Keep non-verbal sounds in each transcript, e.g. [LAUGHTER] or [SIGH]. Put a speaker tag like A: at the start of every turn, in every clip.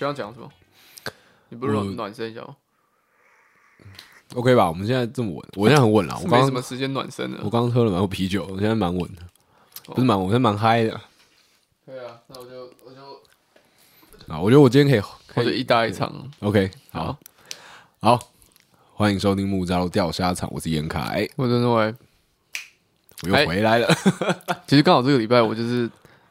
A: 要讲什么？你不是说
B: 我
A: 暖身一下吗？
B: OK 吧？我们现在这么稳，我现在很稳了。
A: 是
B: 我
A: 没什
B: 刚
A: 么
B: 刚
A: 时间暖身
B: 我
A: 了。
B: 刚刚喝了蛮多啤酒，我现在蛮稳的，
A: 哦
B: 不是蛮稳，我现在蛮嗨的
A: 对啊，那我就我就
B: 啊！我觉得我今天可以，可
A: 我
B: 以
A: 就一搭一唱。啊
B: OK，好
A: 好，
B: 好，欢迎收听木栅路钓虾场，我是严凯，
A: 我真的会，
B: 我
A: 哎
B: 又回来了。
A: [LAUGHS] 其实刚好这个礼拜我就是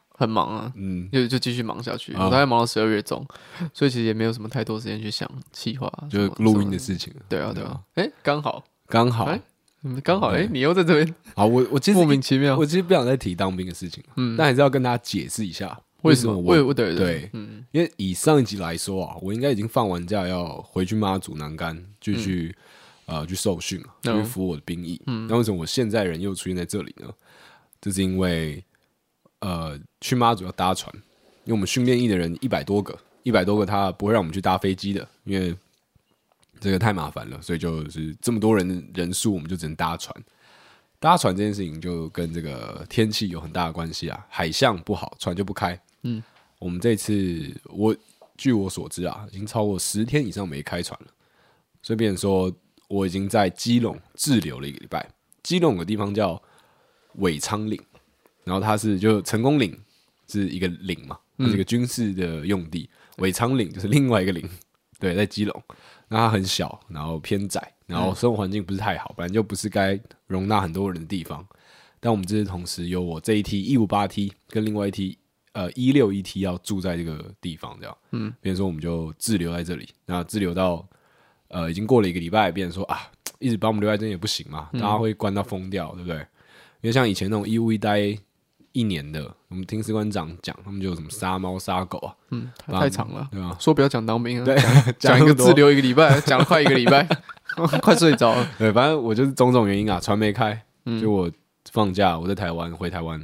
A: 很忙啊，
B: 嗯，
A: 就就继续忙下去，
B: 啊
A: 我大概忙到十二月中，所以其实也没有什么太多时间去想计划，啊
B: 就是
A: 什么
B: 录音的。事情，
A: 什么对啊，对啊，哎，刚好，
B: 刚好
A: 哎嗯刚好，哎
B: 对，
A: 你又在这边，
B: 好，我我其实
A: 莫名其妙
B: 我。其实不想再提当兵的事情，嗯，
A: 嗯
B: 但还是要跟大家解释一下
A: 为
B: 什
A: 什
B: 么
A: 么？
B: 我
A: 为我对
B: 对
A: 嗯，
B: 因为以上一集来说啊，我应该已经放完假，要回去妈祖南竿，就去、呃去受训了，就去
A: 嗯
B: 服我的兵役。那为什么我现在人又出现在这里呢？就是因为呃去妈祖要搭船，因为我们训练役的人一百多个，一百多个他不会让我们去搭飞机的，因为这个太麻烦了，所以就是这么多人的人数，我们就只能搭船。搭船这件事情就跟这个天气有很大的关系啊，海象不好，船就不开。我们这次我据我所知啊，已经超过十天以上没开船了，所以变成说我已经在基隆滞留了一个礼拜。基隆有个地方叫尾仓岭，然后它是就成功岭是一个岭嘛，它是一个军事的用地，尾仓岭就是另外一个岭，对，在基隆。那它很小，然后偏窄，然后生活环境不是太好，本来就不是该容纳很多人的地方。但我们这次同时有我这一梯一五八梯跟另外一梯呃一六一梯要住在这个地方，这样，嗯，变成说我们就滞留在这里，那滞留到呃已经过了一个礼拜，变成说啊，一直把我们留在这里也不行嘛，大家会关到疯掉，对不对？因为像以前那种义务一待一年的，我们听士官长讲，他们就有什么杀猫杀狗啊，
A: 嗯，太
B: 把
A: 太长了。
B: 对吧？
A: 说不要讲当兵啊，
B: 对， [LAUGHS]
A: 讲一个
B: 自
A: 滞，留一个礼拜，讲了快一个礼拜， [LAUGHS] 快睡着了。
B: [LAUGHS] 对，反正我就是种种原因啊，船没开，就我放假，我在台湾，回台湾，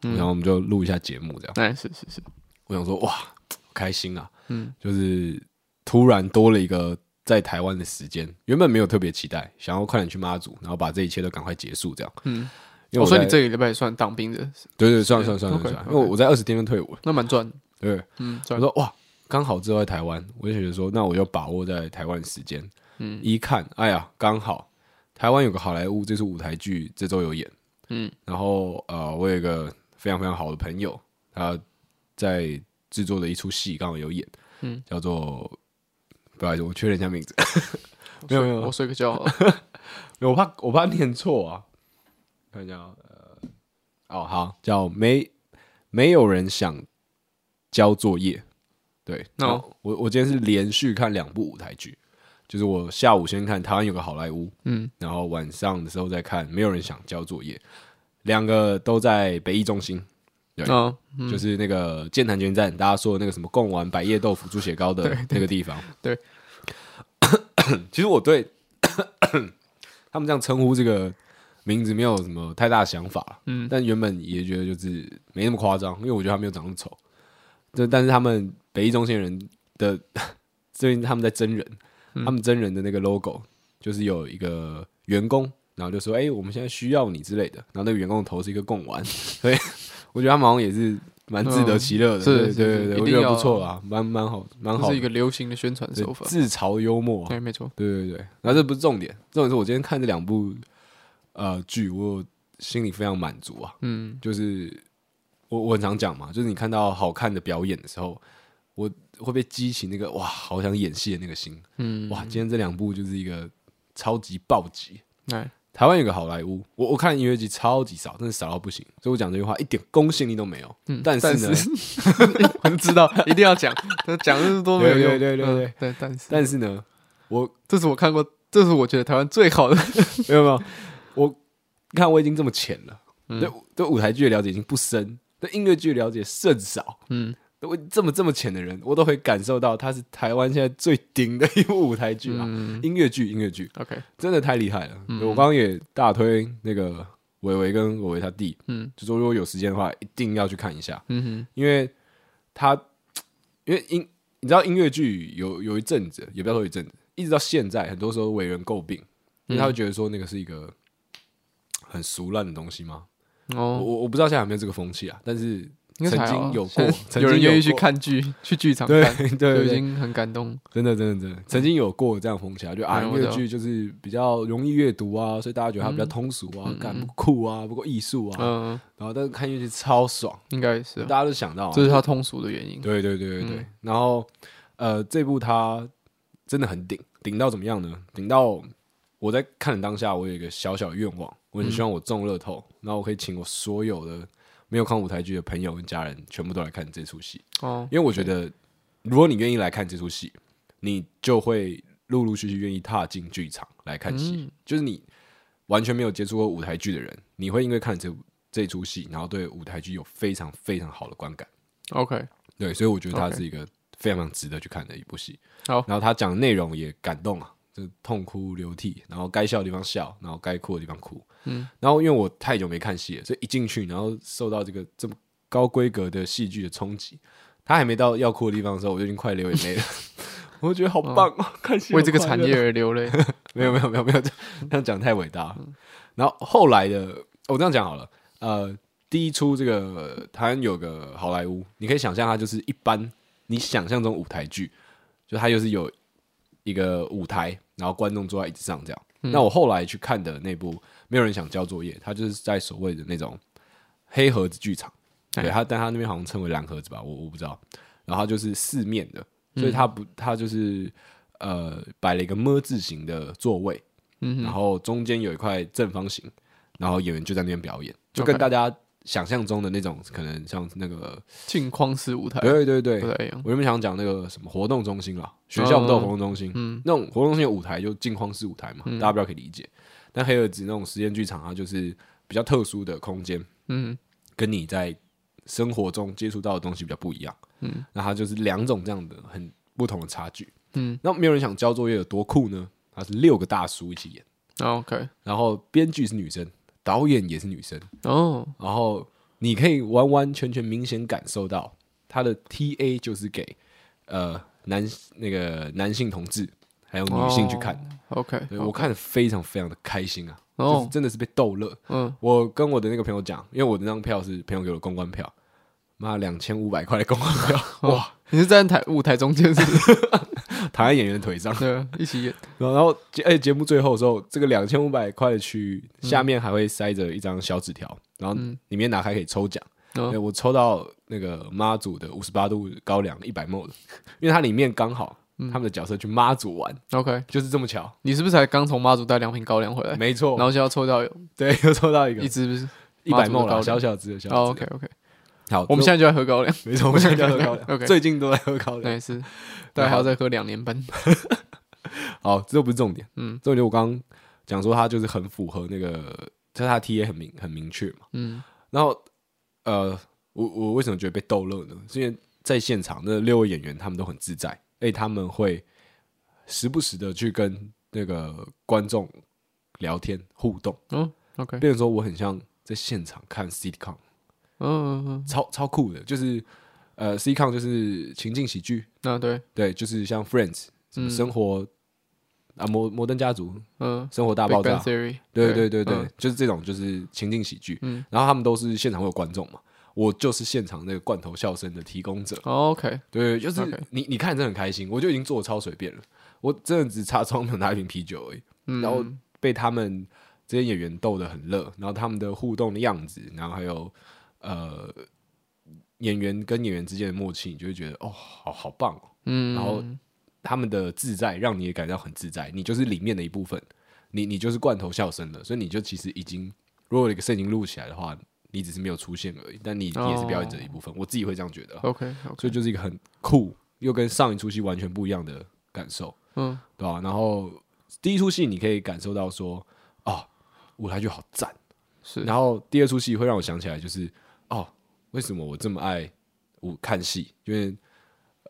B: 然后我们就录一下节目这样。
A: 哎，是是是，
B: 我想说，哇，好开心啊！
A: 嗯
B: 就是突然多了一个在台湾的时间，原本没有特别期待，想要快点去妈祖，然后把这一切都赶快结束，这样。
A: 嗯，
B: 因为
A: 我
B: 在
A: 说你这个礼拜也算当兵的，
B: 对对，算了算了算了
A: OK，
B: 算了，因
A: OK
B: 为我在二十天就退伍了，
A: 那蛮赚的，
B: 对。
A: 嗯，
B: 我
A: 赚。
B: 说哇，刚好之后在台湾，我就觉得说，那我就把握在台湾的时间。
A: 嗯，
B: 一看，哎呀，刚好台湾有个好莱坞，这是舞台剧，这周有演。
A: 嗯，
B: 然后呃，我有一个非常非常好的朋友，他在制作的一出戏刚好有演，
A: 嗯，
B: 叫做不好意思，我确认一下名字，
A: 我
B: 没
A: 睡
B: 有没有
A: 我睡个觉
B: [LAUGHS]
A: 好了。
B: 我怕我怕念错啊。看一下啊，呃，哦，好，叫没没有人想交作业。对，
A: 哦
B: 然后我我今天是连续看两部舞台剧，就是我下午先看台湾有个好莱坞，
A: 嗯，
B: 然后晚上的时候再看没有人想交作业，两个都在北艺中心，对
A: 啊，
B: 就是那个剑潭决战，大家说的那个什么贡丸百叶豆腐猪血糕的那个地方。
A: 对
B: 其实我对 [COUGHS] 他们这样称呼这个名字没有什么太大的想法，嗯，但原本也觉得就是没那么夸张，因为我觉得他没有长那么丑。这但是他们北艺中心人的 [COUGHS] 最近他们在真人，
A: 嗯
B: 他们真人的那个 logo 就是有一个员工，然后就说：“哎、我们现在需要你之类的。”然后那个员工的头是一个贡丸， [LAUGHS] 所以我觉得他们好像也是蛮自得其乐的，
A: 嗯
B: 对
A: 是
B: 对
A: 是
B: 对
A: 是
B: 对，我
A: 一
B: 觉
A: 定
B: 得
A: 要
B: 不错啊，蛮蛮好，蛮好
A: 这
B: 的，
A: 是一个流行的宣传手法哎
B: 对。自嘲幽默啊，
A: 对，没错。
B: 对对对。然后这不是重点，重点是我今天看这两部呃剧，我心里非常满足啊，
A: 嗯，
B: 就是我我很常讲嘛，就是你看到好看的表演的时候，我会被激起那个哇，好想演戏的那个心。
A: 嗯，
B: 哇，今天这两部就是一个超级暴击。
A: 哎，
B: 台湾有个好莱坞，我我看音乐剧超级少，真的少到不行，所以我讲这句话一点公信力都没有。
A: 嗯
B: 但是
A: 但
B: 呢， [LAUGHS]
A: 是我就知道一定要讲，那讲这多没有用。
B: 对对对对对
A: 嗯对，但是
B: 但是呢，我
A: 这是我看过，这是我觉得台湾最好的。
B: [LAUGHS] 没有没有，我看我已经这么浅了，
A: 嗯
B: 对对舞台剧的了解已经不深，对音乐剧的了解甚少。
A: 嗯，
B: 我这么这么浅的人，我都会感受到它是台湾现在最顶的一部舞台剧啊，
A: 嗯
B: 音乐剧音乐剧
A: OK，
B: [LAUGHS] 真的太厉害了。我刚刚也大推那个伟伟跟伟伟他弟，
A: 嗯
B: 就说如果有时间的话，一定要去看一下。
A: 嗯哼，
B: 因为他因为音，你知道音乐剧有有一阵子，也不要说一阵子，一直到现在，很多时候为人诟病，因为他会觉得说那个是一个很俗烂的东西嘛。我
A: 哦，
B: 我我不知道现在有没有这个风气啊，但是
A: 应该
B: 曾
A: 还好
B: 经
A: 啊
B: 有
A: 现
B: 过
A: 在，
B: 曾
A: 有人
B: 经
A: 愿意去
B: 过，
A: 看剧，去剧场
B: 对
A: 看，
B: 对
A: 就
B: 对
A: 已
B: 对
A: 经很感动。
B: 真的真的真的，曾经有过这样风气啊，就啊
A: 嗯
B: 音
A: 我知
B: 乐
A: 道
B: 剧就是比较容易阅读啊，所以大家觉得它比较通俗啊，干不酷啊，不够艺术啊，
A: 嗯，
B: 然后但是看音乐剧超爽，
A: 应该是啊，
B: 大家都想到啊，
A: 这是他通俗的原因。
B: 对对对对对。
A: 嗯
B: 然后呃，这部它真的很顶，顶到怎么样呢？顶到我在看的当下，我有一个小小的愿望，我很希望我中乐透，
A: 嗯
B: 然后我可以请我所有的没有看舞台剧的朋友跟家人，全部都来看这出戏，
A: 哦，
B: 因为我觉得如果你愿意来看这出戏，你就会陆陆续续愿意踏进剧场来看戏，
A: 嗯
B: 就是你完全没有接触过舞台剧的人，你会因为看这部这出戏，然后对舞台剧有非常非常好的观感。
A: ，OK，
B: 对，所以我觉得它
A: OK
B: 是一个非常非常值得去看的一部戏。
A: 好
B: 然后他讲的内容也感动啊，就是痛哭流涕，然后该笑的地方笑，然后该哭的地方哭。
A: 嗯，
B: 然后因为我太久没看戏了，所以一进去，然后受到这个这么高规格的戏剧的冲击，他还没到要哭的地方的时候，我就已经快流眼泪了。 [LAUGHS] 我就觉得好棒啊！看戏
A: 为
B: 好
A: 这个
B: 快
A: 产
B: 乐
A: 业而流泪。
B: 没有没有没有没有，这样讲太伟大了。
A: 嗯
B: 然后后来的，我这样讲好了，呃，第一出这个台湾有个好莱坞，你可以想象它就是一般你想象中舞台剧，就它就是有一个舞台，然后观众坐在椅子上这样。
A: 嗯
B: 那我后来去看的那部《没有人想交作业》，它就是在所谓的那种黑盒子剧场，
A: 哎
B: 对它，但它那边好像称为蓝盒子吧，我我不知道。然后它就是四面的，所以它
A: 嗯
B: 不，它就是呃摆了一个么字形的座位，
A: 嗯
B: 然
A: 哼，
B: 后中间有一块正方形，然后演员就在那边表演，就跟
A: OK
B: 大家想象中的那种可能像那个，
A: 镜框式舞台
B: 对对对
A: 不，太一样。
B: 我原本想讲那个什么活动中心啦，学校不都有活动中心？
A: 嗯
B: 那种活动中心的舞台就镜框式舞台嘛，大家比较可以理解。但黑盒子那种实验剧场，它就是比较特殊的空间，
A: 嗯，
B: 跟你在生活中接触到的东西比较不一样。嗯，那它就是两种这样的很不同的差距。
A: 嗯，
B: 那没有人想交作业有多酷呢？它是六个大叔一起演。
A: 啊 OK，
B: 然后编剧是女生，导演也是女生，
A: 哦，
B: 然后你可以完完全全明显感受到他的 T A 就是给呃男那个男性同志还有女性去看的，
A: 哦，OK，
B: 对我看的非常非常的开心啊，
A: 哦
B: 就是真的是被逗乐。
A: 嗯，
B: 我跟我的那个朋友讲，因为我的那张票是朋友给我的公关票，妈两千五百块的公关票， [LAUGHS] 哇，
A: 你是站在台舞台中间是不是？
B: 躺在演员的腿上。
A: 对， [LAUGHS] 一起演。
B: 然后，然后节哎节目最后的时候，这个两千五百块的区域
A: 嗯
B: 下面还会塞着一张小纸条，然后里面打开可以抽奖。
A: 哦
B: 对我抽到那个妈祖的五十八度高粱一百 ml 的，因为它里面刚好
A: 嗯
B: 他们的角色去妈祖玩，
A: OK，
B: 就是这么巧。
A: 你是不是才刚从妈祖带两瓶高粱回来？
B: 没错
A: 哎然，后现在要抽到有
B: 对，又抽到一个
A: 一支不是？
B: 一百
A: 妈祖
B: ml
A: 的高
B: 啦，
A: 粱
B: 小小只的小
A: 哦
B: 小只的。
A: ，OK OK，
B: 好，
A: 我们现在就在喝高粱，
B: 在没错，我们现在就在喝高
A: [LAUGHS] OK
B: 粱，最近都在喝高
A: 那
B: 粱。
A: 也是，大概还要再喝两年半。
B: 好，这都不是重点，
A: 嗯
B: 重点我刚刚讲说它就是很符合那个，就是它 T A 很明很明确嘛。
A: 嗯
B: 然后呃，我我为什么觉得被逗乐呢？是因为在现场那六位演员他们都很自在，哎，他们会时不时的去跟那个观众聊天互动，
A: 哦，OK，
B: 变成说我很像在现场看 sitcom，
A: 嗯嗯嗯，
B: 超超酷的，就是呃 sitcom 就是情境喜剧，
A: 那嗯啊对，
B: 对，就是像 Friends 什么生活、啊摩摩登家族、
A: 嗯
B: 生活大
A: Big
B: 爆
A: Bang
B: 炸，
A: Theory，
B: 对对对对，
A: 嗯
B: 就是这种就是情境喜剧，
A: 嗯
B: 然后他们都是现场会有观众嘛，我就是现场那个罐头笑声的提供者，
A: 哦，OK，
B: 对，就是
A: OK
B: 你你看真的很开心，我就已经做的超随便了，我真的只差窗没有拿一瓶啤酒而已，
A: 嗯，
B: 然后被他们这些演员逗得很乐，然后他们的互动的样子，然后还有呃演员跟演员之间的默契，你就会觉得哦，好好棒哦，
A: 嗯，
B: 然后他们的自在让你也感到很自在，你就是里面的一部分，你你就是罐头笑声了，所以你就其实已经，如果一个事情录起来的话，你只是没有出现而已，但你
A: 哦
B: 你也是表演者的一部分，我自己会这样觉得啊，
A: OK 哦 OK，
B: 所以就是一个很酷又跟上一出戏完全不一样的感受，
A: 嗯
B: 对吧、然后第一出戏你可以感受到说，哦，舞台剧好赞，
A: 是，
B: 然后第二出戏会让我想起来，就是哦，为什么我这么爱舞看戏？因为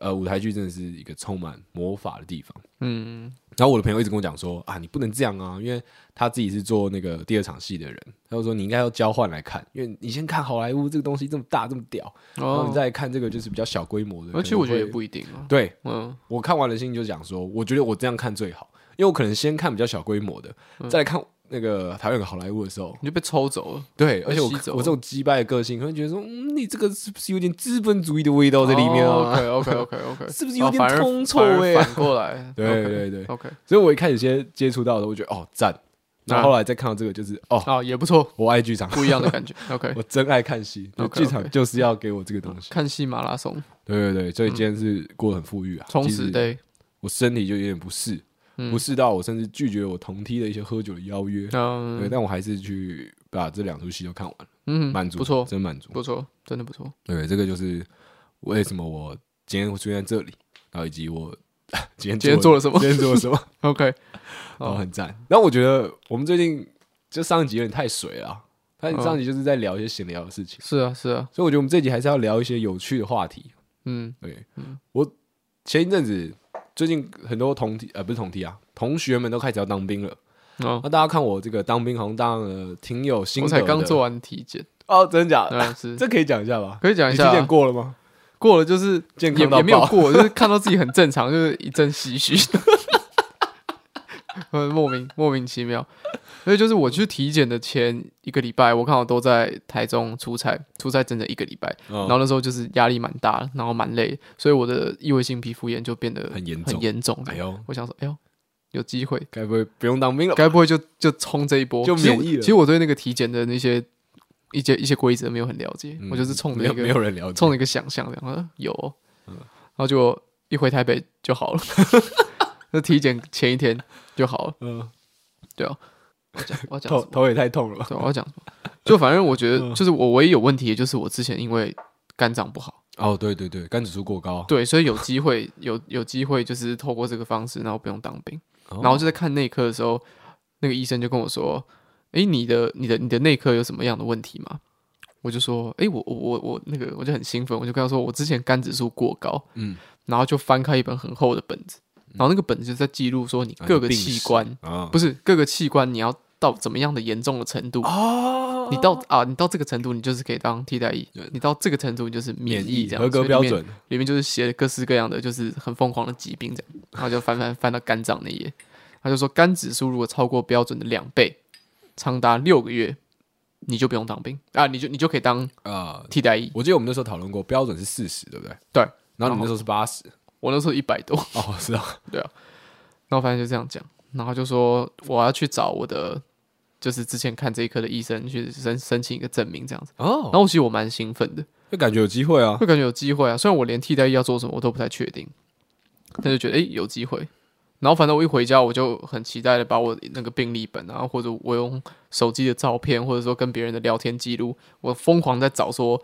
B: 呃，舞台剧真的是一个充满魔法的地方。
A: 嗯
B: 然后我的朋友一直跟我讲说啊，你不能这样啊，因为他自己是做那个第二场戏的人，他就说你应该要交换来看，因为你先看好莱坞这个东西这么大这么屌，然后
A: 哦
B: 你，再来看这个就是比较小规模的。
A: 而且
B: 可能
A: 我觉得也
B: 会
A: 不一定啊，
B: 对，
A: 嗯
B: 我
A: 嗯
B: 看完了心情就讲说，我觉得我这样看最好，因为我可能先看比较小规模的，再来看那个台湾有个好莱坞的时候，
A: 你就被抽走了。
B: 对，而且我
A: 吸走
B: 我这种击败的个性，可能觉得说，嗯，你这个是不是有点资本主义的味道在里面啊？
A: OK OK OK OK，
B: [LAUGHS] 是不是有点通臭味啊
A: 哦反过来，
B: [LAUGHS] 对
A: OK，
B: 对对
A: OK，
B: 所以我一开始先接触到的时候，我觉得哦
A: 啊
B: 赞，然
A: 赞
B: 后后来再看到这个，就是哦，
A: 啊，也不错，
B: 我爱剧场，
A: 不一样的
B: [LAUGHS]
A: 感觉。OK，
B: 我真爱看戏，就
A: OK，OK
B: 剧场就是要给我这个东西。
A: 看戏马拉松，
B: 对对对，所以今天是过得很富裕啊，
A: 充
B: 其实
A: 实 day。
B: 我身体就有点不适，
A: 嗯
B: 不适到我甚至拒绝我同梯的一些喝酒的邀约。对，
A: 嗯
B: 但我还是去把这两出戏都看完了，
A: 嗯，
B: 满足，
A: 不错，
B: 真满足。
A: 不错，真的不错。
B: 对，这个就是为什么我今天会出现在这里，然后以及我 [LAUGHS] 今天
A: 今天做了什么
B: 今天做了
A: [LAUGHS]
B: 什么，
A: OK，
B: 然后
A: 哦
B: 很赞。然后我觉得我们最近就上一集有点太水了啊，但
A: 嗯
B: 上一集就是在聊一些闲聊的事情，
A: 是啊是啊，
B: 所以我觉得我们这集还是要聊一些有趣的话题。
A: 嗯
B: 对，我前一阵子最近很多同梯呃不是同梯啊，同学们都开始要当兵了。
A: 哦
B: 那，大家看我这个当兵好像当了挺有心
A: 我
B: 得
A: 才刚
B: 的
A: 做完体
B: [LAUGHS]
A: 检，
B: 哦，真的假的？
A: 当然是
B: 这可以讲一下吧？
A: 可以讲一
B: 你
A: 下
B: 体
A: 啊
B: 检过了吗？
A: 过了就是
B: 健
A: 也
B: 康到
A: 也没有
B: 爆
A: 过，就是看到自己很正常，就是一阵唏嘘， [LAUGHS] 呃，莫名莫名其妙。所以就是我去体检的前一个礼拜，我刚好都在台中出差，出差整整一个礼拜，
B: 然
A: 然后那时候就是压力蛮大，然后蛮累，所以我的异位性皮肤炎就变得
B: 很严重
A: 很严重的。
B: 哎呦，
A: 我想说，哎呦，有机会，
B: 该不会不用当兵了吧？
A: 该不会就就冲这一波
B: 就
A: 其实我
B: 免疫了
A: 其实我对那个体检的那些一些一些规则没有很了解，
B: 嗯
A: 我就是冲着
B: 没
A: 一
B: 有
A: 个
B: 没有人了解，
A: 冲着一个想象，然后呃有哦，然后就一回台北就好了， [LAUGHS] 那体检前一天就好了，
B: 嗯，
A: 对啊，我要讲我要讲
B: 头
A: 什么？
B: 头也太痛了吧？
A: 对，我要讲什么？就反正我觉得，就是我唯一有问题，的就是我之前因为肝脏不好，
B: 哦，对对对，肝指数过高，啊
A: 对，所以有机会 [LAUGHS] 有有机会就是透过这个方式，然后不用当兵，
B: 哦
A: 然后就在看内科的时候，那个医生就跟我说：“诶，你的你的你的内科有什么样的问题吗？”我就说：“诶，我我我我那个我就很兴奋，我就跟他说我之前肝指数过高，
B: 嗯，
A: 然后就翻开一本很厚的本子，然后那个本子就在记录说你各个器官，
B: 啊
A: 不是各个器官你要到怎么样的严重的程度，
B: 哦，
A: 你到啊你到这个程度你就是可以当替代役，你到这个程度你就是免
B: 免
A: 疫
B: 疫
A: 这样，
B: 合格
A: 所以里
B: 标
A: 面
B: 准，
A: 里面就是写了各式各样的，就是很疯狂的疾病这样，然后就翻翻翻到肝脏那一页，他就说肝指数如果超过标准的两倍，长达六个月，你就不用当兵啊，你就你就可以当
B: 啊。
A: 替代役。
B: 我记得我们那时候讨论过，标准是四十，对不对？
A: 对，
B: 然后你那时候是八十，
A: 我那时候一百多，
B: 哦，是啊，
A: 然后反正就这样讲，然后就说我要去找我的，就是之前看这一科的医生去申申请一个证明这样子。
B: 哦
A: 然，后我其实我蛮兴奋的，
B: 就感觉有机会啊。
A: 会感觉有机会啊。虽然我连替代役要做什么我都不太确定，但就觉得诶有机会。然后反正我一回家，我就很期待的把我那个病历本啊，或者我用手机的照片，或者说跟别人的聊天记录，我疯狂在找说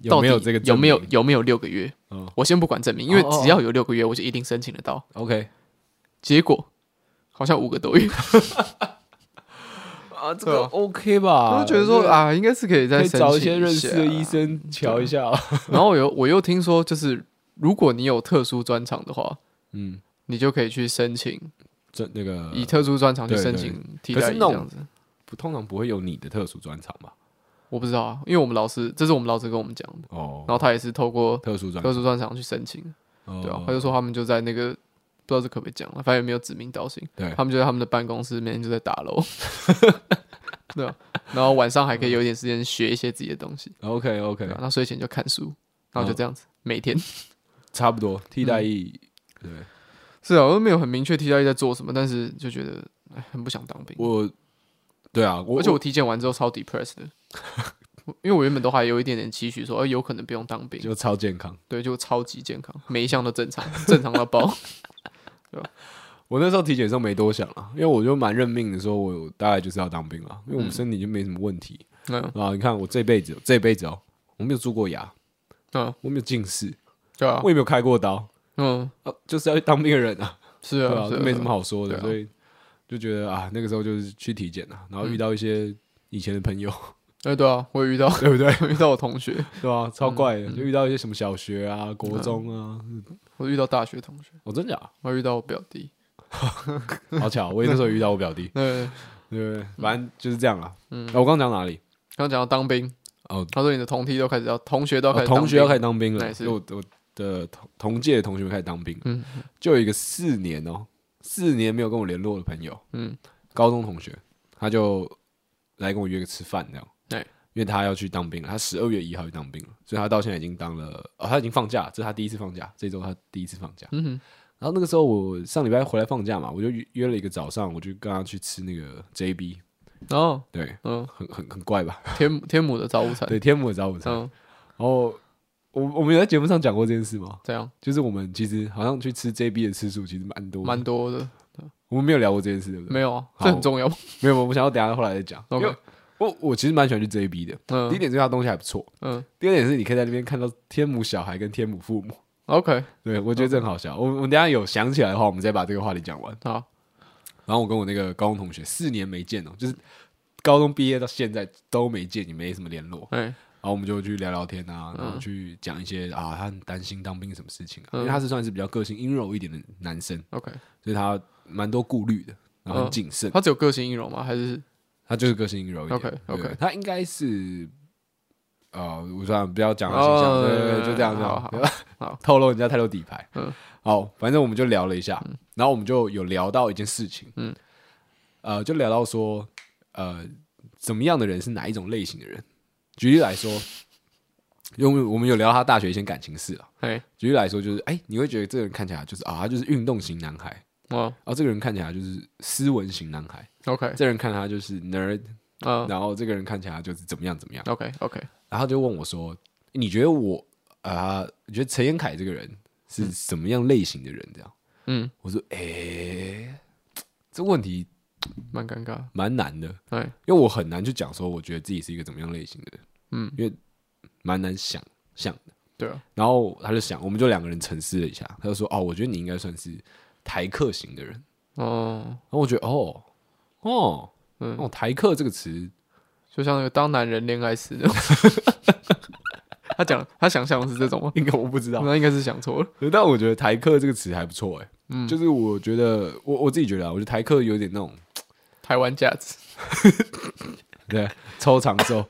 B: 有
A: 到
B: 没
A: 底
B: 有这个证
A: 有没有
B: 明
A: 有没有六个月。
B: 哦
A: 我先不管证明，因为
B: 哦哦哦
A: 只要有六个月，我就一定申请得到。
B: ？OK
A: 结果好像五个多月，
B: 啊，这
A: 对
B: 个
A: 啊
B: OK 吧？
A: 我就觉得说
B: 这个，
A: 啊，应该是可以再
B: 可以
A: 申
B: 找一
A: 请
B: 些认识
A: 下啊
B: 的
A: [LAUGHS]
B: 医。生瞧一下啊。
A: 然后我又我又听说，就是如果你有特殊专长的话，
B: 嗯，
A: 你就可以去申请，
B: 这那个
A: 以特殊专长去
B: 对
A: 申
B: 对
A: 请替
B: 可
A: 代
B: 是
A: 役
B: 那
A: 这
B: 种
A: 样子。
B: 不通常不会有你的特殊专长吧？
A: 我不知道啊，因为我们老师这是我们老师跟我们讲的，
B: 哦
A: 然，后他也是透过
B: 特殊专
A: 特殊专长去申请，
B: 长，
A: 对啊
B: 哦，
A: 他就说他们就在那个不知道这可不可以讲了，反正也没有指名道姓，
B: 对
A: 他们就在他们的办公室每天就在打楼， [LAUGHS] 对啊，然后晚上还可以有一点时间学一些自己的东西，
B: ，OK OK，
A: 对啊，那睡前就看书，然后就
B: 嗯
A: 这样子每天。
B: 差不多替
A: 嗯
B: 代役。对，
A: 是啊，我都没有很明确替代役在做什么，但是就觉得哎很不想当兵。
B: 我对啊，我
A: 而且我体检完之后超 depressed 的，我因为我原本都还有一点点期许说，哎、有可能不用当兵，
B: 就超健康。
A: 对，就超级健康，每一项都正常，正常到爆。
B: [LAUGHS] 我那时候体检的时候没多想啊，因为我就蛮认命的说，我有大概就是要当兵了，因为我们身体就没什么问题
A: 嗯
B: 啊。你看我这辈子，这辈子哦，我没有蛀过牙，
A: 嗯，
B: 我没有近视，
A: 对啊
B: 我，也没有开过刀，
A: 嗯，
B: 啊，就是要去当兵的人啊，
A: 是
B: 对
A: 啊，
B: 啊，
A: 是
B: 就
A: 啊
B: 没什么。好说
A: 对
B: 的，
A: 啊
B: 所以就觉得啊，那个时候就是去体检啊，然后
A: 嗯
B: 遇到一些以前的朋友， [LAUGHS]
A: 哎、对啊，我有遇到， [LAUGHS]
B: 对不对？
A: 我遇到我同学，
B: 对啊，超怪
A: 嗯
B: 的，就遇到一些什么小学啊、国中啊，
A: 我遇到大学同学，
B: 我真假？
A: 我遇到我表弟，
B: 好巧，我也那时候遇到我表弟，
A: 对，
B: 对不对？反正就是这样啊。嗯，我刚刚讲哪里？
A: 刚刚讲到当兵，
B: 哦，
A: 他说你的同梯都开始要，同学都要开
B: 哦
A: 始、
B: 同学要开始，当兵
A: 那也
B: 了，
A: 是
B: 所以我我的同同届的同学们开始当兵了，
A: 嗯
B: 就有一个四年哦，四年没有跟我联络的朋友，
A: 嗯，
B: 高中同学，他就来跟我约个吃饭这样。
A: 对，
B: 因为他要去当兵了，他十二月一号就当兵了，所以他到现在已经当了，哦，他已经放假，这是他第一次放假，这周他第一次放假。
A: 嗯哼，
B: 然后那个时候我上礼拜回来放假嘛，我就约约了一个早上，我就跟他去吃那个 JB，
A: 然后
B: 对，
A: 嗯，
B: 很很很
A: [LAUGHS]
B: 怪吧？
A: 天母天母的早午餐，
B: 对，天母的早午餐。
A: 嗯，
B: 然后我我们有在节目上讲过这件事吗？
A: 这样
B: 就是我们其实好像去吃 JB 的次数其实蛮多的，
A: 蛮多的，
B: 我们没有聊过这件事，对不对？
A: 没有啊，
B: 好
A: 这很重要。
B: 没有，我们想要等一下后来再讲。因
A: OK
B: 为我我其实蛮喜欢去 JB 的，第
A: 嗯
B: 一点是它东西还不错，
A: 嗯
B: 第二点是你可以在那边看到天母小孩跟天母父母，
A: ，OK，
B: 对我觉得这很好笑。我我们等一下有想起来的话，我们再把这个话题讲完。
A: 好，
B: 然后我跟我那个高中同学四年没见哦，就是高中毕业到现在都没见，也没什么联络。
A: 哎，
B: 然后我们就去聊聊天啊，
A: 嗯
B: 然后去讲一些啊，他很担心当兵什么事情啊，因为他是算是比较个性阴柔一点的男生，
A: OK，
B: 所以他蛮多顾虑的，然后很谨慎。
A: 他只有个性阴柔吗？还是
B: 他就是个性阴柔一点。
A: OK，OK
B: 对他应该是，呃，我算不要讲他形象，
A: 哦
B: 对对对，就这样子，
A: 好好
B: 不要
A: 好
B: 透露人家太多底牌。
A: 嗯，
B: 好，反正我们就聊了一下，然后我们就有聊到一件事情，嗯，呃，就聊到说，呃，怎么样的人是哪一种类型的人？举例来说，因为我们有聊他大学一些感情事啊。
A: [LAUGHS] 哎，
B: 举例来说，就是哎、你会觉得这个人看起来就是啊，他就是运动型男孩，
A: 哦
B: 然后这个人看起来就是斯文型男孩，
A: ，OK，
B: 这人看他就是 nerd，
A: 嗯
B: 然后这个人看起来就是怎么样怎么样，
A: ，OK，OK，
B: 然后他就问我说：“你觉得我啊、呃你觉得陈彦凯这个人是什么样类型的人？”这样，
A: 嗯，
B: 我说：“诶，这问题
A: 蛮尴尬，
B: 蛮难的，
A: 哎，
B: 因为我很难去讲说我觉得自己是一个怎么样类型的人，
A: 嗯，
B: 因为蛮难想象的。
A: 对啊，
B: 然后他就想，我们就两个人沉思了一下，他就说：‘哦，我觉得你应该算是台客型的人。’
A: 哦，
B: 然后我觉得，哦，哦，
A: 嗯
B: 哦，台客这个词
A: 就像那个当男人恋爱时那种， [LAUGHS] 他讲他想象的是这种吗？
B: 应该我不知道，
A: 那应该是想错了，
B: 对但我觉得台客这个词还不错，哎，嗯，就是我觉得我我自己觉得啊，我觉得台客有点那种
A: 台湾价值，
B: 对抽长寿，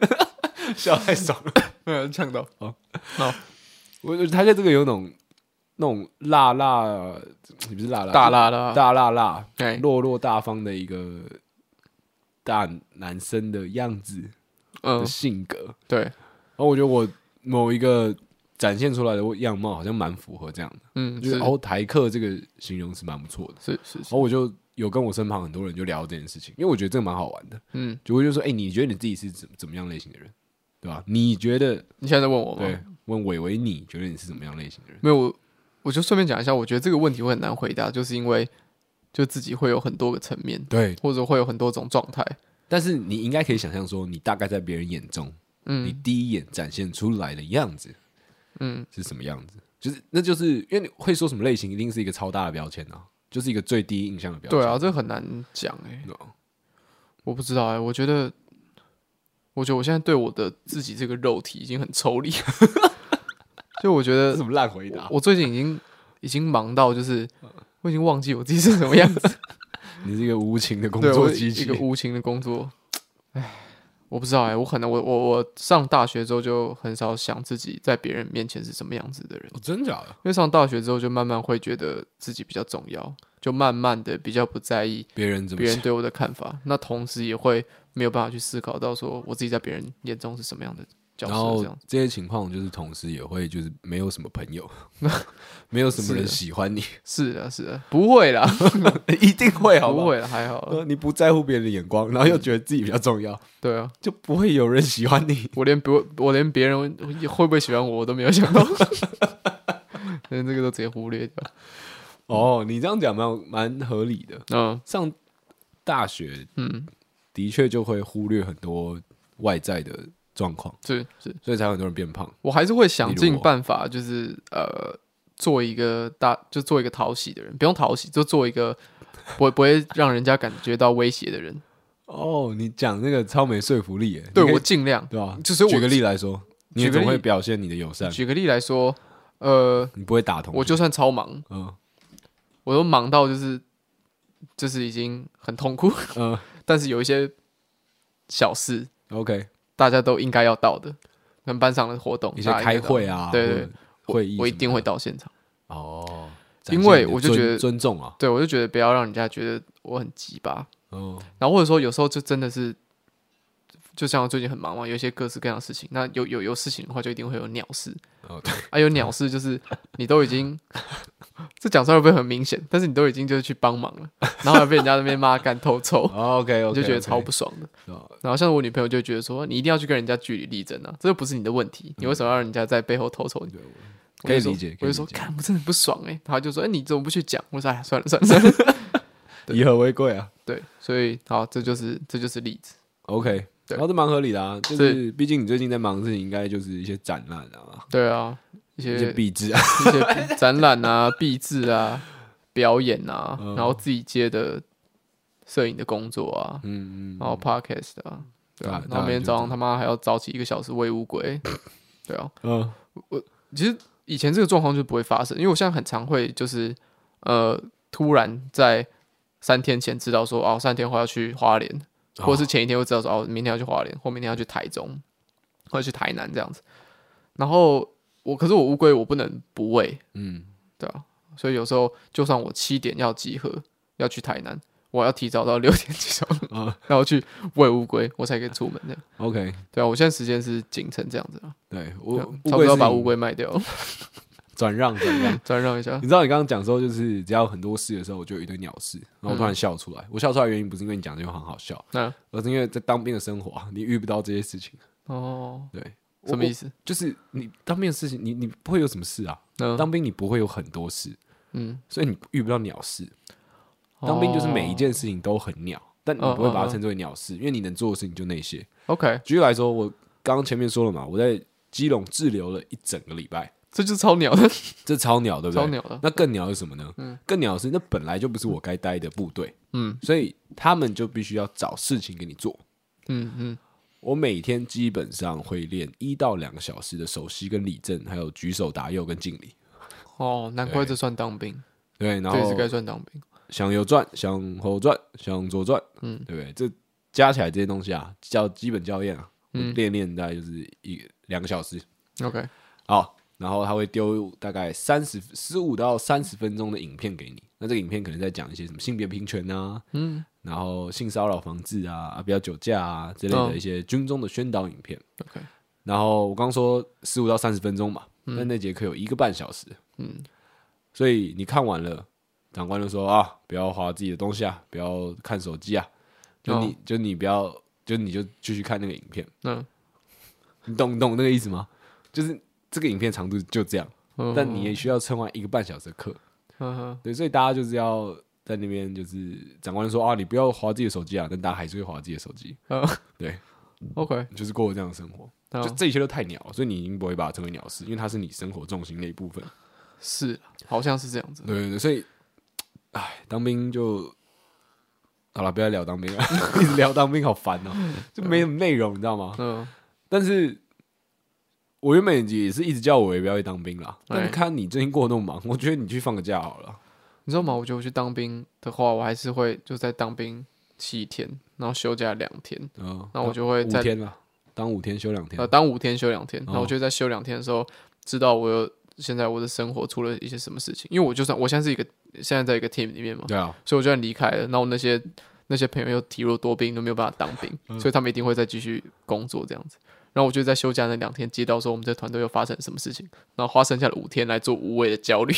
B: [LAUGHS] 笑太爽了。
A: 没有呛到，
B: 我觉得台客这个有那种那种辣辣，也不是辣辣，
A: 大辣啦，
B: 大辣辣，
A: 哎，
B: 落落大方的一个大男生的样子
A: 嗯
B: 的，性格。然
A: 对，
B: 后我觉得我某一个展现出来的样貌，好像蛮符合这样的，
A: 嗯，
B: 就是
A: 是
B: 哦，台客这个形容词蛮不错的。
A: 是是
B: 然
A: 是，
B: 后我就有跟我身旁很多人就聊这件事情，因为我觉得这个蛮好玩的。
A: 嗯，
B: 就我就说，哎、你觉得你自己是怎怎么样类型的人，对吧？你觉得
A: 你现在在问我吗？
B: 对？问伟伟，你觉得你是怎么样类型的人？
A: 没有，我我就顺便讲一下，我觉得这个问题会很难回答，就是因为就自己会有很多个层面，
B: 对，
A: 或者会有很多种状态。
B: 但是你应该可以想象说，你大概在别人眼中，你
A: 嗯，
B: 第一眼展现出来的样子，
A: 嗯，
B: 是什么样子？就是那就是因为你会说什么类型，一定是一个超大的标签啊，就是一个最低印象的标签。
A: 对啊，这很难讲哎、
B: 对啊，
A: 我不知道哎、我觉得，我觉得我现在对我的自己这个肉体已经很抽离， [LAUGHS] 就我觉
B: 这
A: 得
B: [LAUGHS] 是什么啊烂回答？
A: 我最近已经已经忙到就是我已经忘记我自己是什么样子，
B: 你是一个无情的工
A: 对，
B: 作
A: 我
B: 机
A: 一
B: 器
A: 个。无情的工作。唉，我不知道哎、我可能我我我上大学之后就很少想自己在别人面前是什么样子的人，
B: 哦真假的？
A: 因为上大学之后就慢慢会觉得自己比较重要，就慢慢的比较不在意
B: 别人怎么
A: 别人
B: 想？
A: 对我的看法，那同时也会没有办法去思考到说我自己在别人眼中是什么样的角
B: 然
A: 色
B: 后
A: 这样子。
B: 这些情况就是同时也会就是没有什么朋友， [LAUGHS] 没有什么
A: 啊
B: 人喜欢你， [LAUGHS]
A: 是的，是的，不会啦，
B: 一定会好
A: 不
B: 好？
A: 会嗯啦，还好啦。
B: 呃你不在乎别人的眼光，然后又觉得自己比较重要，
A: 对啊，
B: 就不会有人喜欢你。
A: 我连不我连别人会不会喜欢我我都没有想到， [LAUGHS] 连这个都直接忽略掉。
B: 哦，你这样讲蛮蛮合理的。
A: 嗯
B: 上大学
A: 嗯，
B: 的确就会忽略很多外在的状况，
A: 是是，
B: 所以才有很多人变胖。
A: 我还是会想
B: 例如
A: 尽
B: 我
A: 办法，就是呃，做一个大就做一个讨喜的人，不用讨喜，就做一个不会不会让人家感觉到威胁的
B: [LAUGHS]
A: 人。
B: 哦，你讲那个超没说服力耶。
A: 对
B: 你可以
A: 我尽量
B: 对吧？
A: 就是我
B: 举个例来说，你
A: 举
B: 也
A: 个
B: 总会
A: 例
B: 表现你的友善，
A: 举个例来说，呃，
B: 你不会打同
A: 我
B: 学
A: 就算超忙，
B: 嗯
A: 我都忙到就是就是已经很痛苦， [LAUGHS]
B: 嗯
A: 但是有一些小事
B: ，OK，
A: 大家都应该要到的，跟班上的活动
B: 一些
A: 大家
B: 开
A: 应该到
B: 会啊，
A: 对
B: 或
A: 对
B: 者会议，
A: 我一定会。到现场。
B: 哦，
A: 因
B: 展现
A: 为
B: 你的
A: 我就觉
B: 尊
A: 得
B: 尊重啊，
A: 对我就觉得不要让人家觉得我很急吧， [LAUGHS]
B: 哦，
A: 然后或者说有时候就真的是，就像我最近很忙嘛，有一些各式各样的事情。那有有有事情的话，就一定会有鸟事。
B: 哦，
A: 啊，有鸟事就是你都已经， [LAUGHS] 这讲出来会不会很明显？但是你都已经就是去帮忙了，然后还被人家那边骂干透臭
B: OK，OK，哦
A: 我就觉得超不爽的。然后像我女朋友就觉得说，你一定要去跟人家据理力争啊，这又不是你的问题，你为什么要让人家在背后偷瞅你？我
B: 嗯可以
A: 就说
B: 理解可
A: 我
B: 以
A: 就说，
B: 理解
A: 看我真的很不爽哎、欸，他就说，哎、你怎么不去讲？我说，哎，算了算了算 [LAUGHS] 了。
B: 以和为贵啊。
A: 对，所以好，这就是这就是例子。
B: OK，
A: 对
B: 然后这蛮合理的啊，就是毕竟你最近在忙的事情，应该就是一些展览啊，
A: 对啊，一
B: 一
A: 些
B: 些壁纸啊，
A: 一些展览啊、 [LAUGHS] 壁制啊、表演啊，
B: 嗯
A: 然后自己接的摄影的工作啊，
B: [LAUGHS]
A: 嗯嗯，然后 podcast 啊，对啊
B: 啊，
A: 然后每天
B: 当然就
A: 早
B: 这
A: 上他妈还要早起一个小时喂乌
B: [LAUGHS]
A: 龟，对啊，
B: 嗯，
A: 其实以前这个状况就不会发生，因为我现在很常会就是呃，突然在三天前知道说哦，三天后要去花莲，或者是前一天会知道说哦，明天要去花莲，或明天要去台中，或者去台南这样子。然后我可是我乌龟我不能不喂，
B: 嗯，
A: 对啊，所以有时候就算我七点要集合要去台南，我要提早到六点起床，
B: 啊
A: [LAUGHS] 然后去喂乌龟，我才可以出门这样。
B: ，OK，
A: 对啊，我现在时间是紧成这样子啊，
B: 对
A: 对
B: 我
A: 啊
B: 乌
A: 差不多
B: 龟
A: 要
B: 是
A: 把
B: 你
A: 乌龟卖掉，
B: 转让
A: [LAUGHS]
B: 转让。
A: 转让一下
B: 你。知道你刚刚讲说，就是只要有很多事的时候，我就有一堆鸟事，然后我突
A: 嗯
B: 然笑出来。我笑出来的原因不是因为你讲的就很好笑，
A: 那、啊、
B: 而是因为在当兵的生活啊，你遇不到这些事情。
A: 哦，
B: 对，
A: 什么意
B: 思？
A: 思？
B: 就是你当兵的事情，你你不会有什么事啊。
A: 嗯
B: 当兵你不会有很多事，
A: 嗯，
B: 所以你遇不到鸟事。
A: 哦
B: 当兵就是每一件事情都很鸟，但你不会
A: 嗯
B: 把它称之为鸟事，因为你能做的事情就那些。
A: OK，
B: 举例来说，我刚刚前面说了嘛，我在基隆滞留了一整个礼拜，
A: 这就是超鸟的，
B: 这超鸟，对不对？
A: 超鸟的。
B: 那更鸟是什么呢？更鸟是那本来就不是我该待的部队，
A: 嗯
B: 所以他们就必须要找事情给你做。
A: 嗯嗯，
B: 我每天基本上会练一到两个小时的手膝跟立正，还有举手答右跟敬礼。
A: 哦，难怪这算当兵，
B: 对，然
A: 这也是该
B: 后
A: 算当兵。
B: 向右转，向后转，向左转，嗯，对不对？这加起来这些东西啊，叫基本教练啊，我
A: 嗯
B: 练练大概就是一两个小时。
A: OK，
B: 好，然后他会丢大概三十十五到三十分钟的影片给你。那这个影片可能在讲一些什么性别平权啊，嗯，然后性骚扰防治啊，啊不要酒驾啊之类
A: 哦
B: 的一些军中的宣导影片。
A: OK 嗯
B: 然后我刚说十五到三十分钟嘛，但那节课有一个半小时，嗯，所以你看完了，长官就说啊，不要划自己的东西啊，不要看手机啊，就你、
A: 哦
B: 就你不要就你就继续看那个影片，
A: 嗯
B: 你懂你懂那个意思吗？就是这个影片长度就这样，
A: 嗯
B: 但你也需要撑完一个半小时的课，
A: 嗯哼，
B: 对，所以大家就是要在那边就是长官说啊，你不要划自己的手机啊，但大家还是会划自己的手机，
A: 嗯
B: 对，
A: ，OK，
B: 就是过这样的生活，就
A: 嗯
B: 这一切都太鸟了，所以你已经不会把它称为鸟事，因为它是你生活重心的一部分。
A: 是，好像是这样子。
B: 对对对，所以，唉，当兵就好了，不要聊当兵了， [LAUGHS] 一直聊当兵好烦哦、就没什么内容，你知道吗？
A: 嗯，
B: 但是我原本也是一直叫我也不要去当兵啦，
A: 哎
B: 但是看你最近过得那么忙， [LAUGHS] 我觉得你去放个假好了。
A: 你知道吗？我觉得我去当兵的话，我还是会就在当兵七天，然后休假两天，
B: 嗯，
A: 那我就会
B: 五
A: 在
B: 天了，当五天休两天
A: 呃，当五天休两天，然后
B: 哦
A: 我就在休两天的时候，知道我有现在我的生活出了一些什么事情，因为我就算我现在是一个现在在一个 team 里面嘛，
B: 对啊，
A: 所以我就算离开了，然后那些那些朋友又体弱多病，都没有办法当兵，所以他们一定会再继续工作这样子。然后我就在休假那两天接到说我们这团队又发生了什么事情，然后花剩下的五天来做无谓的焦 [LAUGHS] 虑，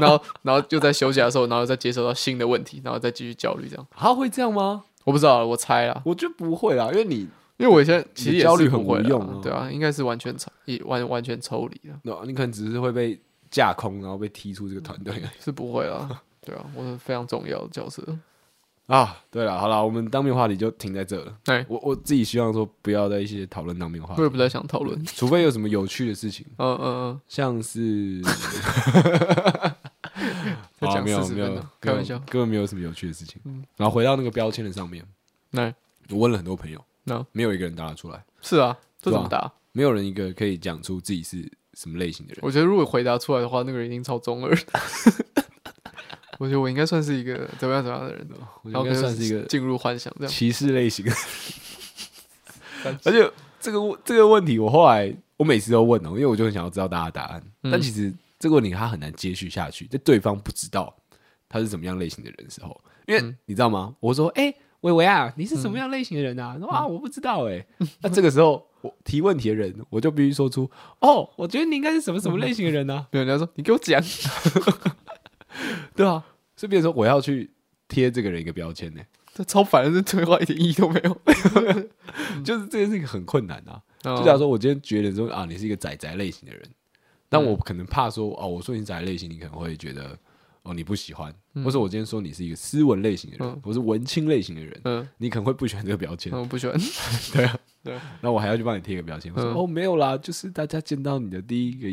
A: 然后然后就在休假的时候，然后再接收到新的问题，然后再继续焦虑这样。
B: 他会这样吗？
A: 我不知道，我猜啦，
B: 我觉得不会啦，因为你，
A: 因为我现在其实也是
B: 焦虑很
A: 不会
B: 无
A: 啦
B: 用啊
A: 对啊，应该是完全抽也完完全抽离了，
B: 那你可能只是会被架空，然后被踢出这个团队而已。
A: 是不会啦，对啊，我是非常重要的角色，嗯
B: [LAUGHS] 啊，对了，好了，我们当面话题就停在这了。
A: 对
B: 我我自己希望说不要在一些讨论当面话
A: 我也
B: 题，
A: 不太想讨论，
B: 除非有什么有趣的事情，
A: 嗯嗯 [LAUGHS]
B: 像是
A: 嗯，再
B: 啊
A: 讲
B: 没有
A: 四十
B: 没
A: 分
B: 有
A: 钟，开玩
B: 根
A: 笑嗯
B: 本，根本没有什么有趣的事情。然后回到那个标签的上面，
A: 那
B: 我问了很多朋友，
A: 那
B: 没有一个人答得出来，
A: 嗯哎是啊，这
B: 是
A: 怎么
B: 吧
A: 答？
B: 没有人一个可以讲出自己是什么类型的人。
A: 我觉得如果回答出来的话，那个人一定超中二的。 [LAUGHS] 我觉得我应该算是一个怎么样怎么样的人，
B: 我
A: 然
B: 觉
A: 后哦可
B: 得应该
A: 能
B: 算是一个
A: 进入幻想这样。
B: 歧视类型。而且这个问这个问题，我后来我每次都问哦，因为我就很想要知道大家的答案。
A: 嗯
B: 但其实这个问题它很难接续
A: 嗯
B: 下去，在对方不知道他是怎么样类型的人的时候，因为你知道吗？我说，哎、伟伟啊，你是什么样类型的人啊？说
A: 嗯
B: 啊，我不知道哎、 [LAUGHS] 那这个时候我提问题的人，我就必须说出哦，我觉得你应该是什么什么类型的人啊，
A: 没有人家说你给我讲， [LAUGHS] 嗯
B: 对啊，所以变成说我要去贴这个人一个标签呢、
A: 这超烦的，这对话一点意义都没有。嗯
B: 就是这件事情很困难啊。
A: 就
B: [LAUGHS] 就假如说我今天觉得说啊，你是一个宅宅类型的人，
A: 嗯
B: 但我可能怕说哦，我说你宅类型，你可能会觉得哦你不喜欢，或者我今天说你是一个斯文类型的人，
A: 嗯
B: 我是文青类型的人，
A: 嗯，
B: [LAUGHS] 你可能会不喜欢这个标签
A: 嗯，我不喜欢。 [LAUGHS]
B: 对啊，
A: 对，
B: [LAUGHS] 那我还要去帮你贴个标签，我说、
A: 嗯
B: 哦没有啦，就是大家见到你的第一个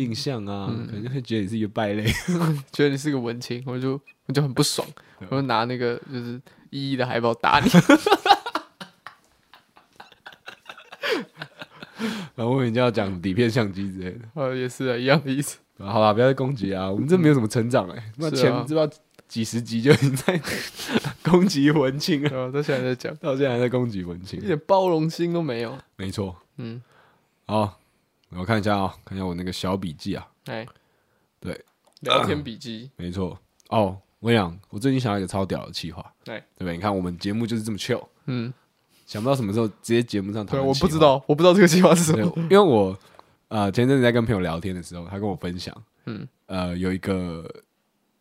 B: 印象啊，
A: 嗯
B: 可能会觉得你是一个败类，
A: 觉得你是个文青，我就我就很不爽，我就拿那个就是一一的海报打你。 [LAUGHS]
B: 然后问人家要讲底片相机之类的。
A: 呃，也是啊，一样的意思。 [LAUGHS]
B: 啊好啦，不要再攻击啊！我们这没有什么成长哎、那
A: 是
B: 前
A: 啊
B: 不知道几十集就已经在 [LAUGHS] 攻击文青了，
A: 对啊，到现在在讲，
B: 到现在还在攻击文
A: 一
B: 青，
A: 点包容心都没有。
B: 没错。
A: 嗯，
B: 好，我看一下啊、看一下我那个小笔记啊，
A: 哎，
B: 对，
A: 聊天笔
B: [LAUGHS]
A: 记，
B: 没错。哦，我跟你讲，我最近想到一个超屌的计划，
A: 哎
B: 对不对？你看我们节目就是这么 chill，
A: 嗯，
B: 想不到什么时候直接节目上讨
A: 对，
B: 论。
A: 我不知，道，我不知道这个计划是什
B: 对
A: 么。，
B: 因为我呃前阵子在跟朋友聊天的时候，他跟我分享，
A: 嗯
B: 呃，有一个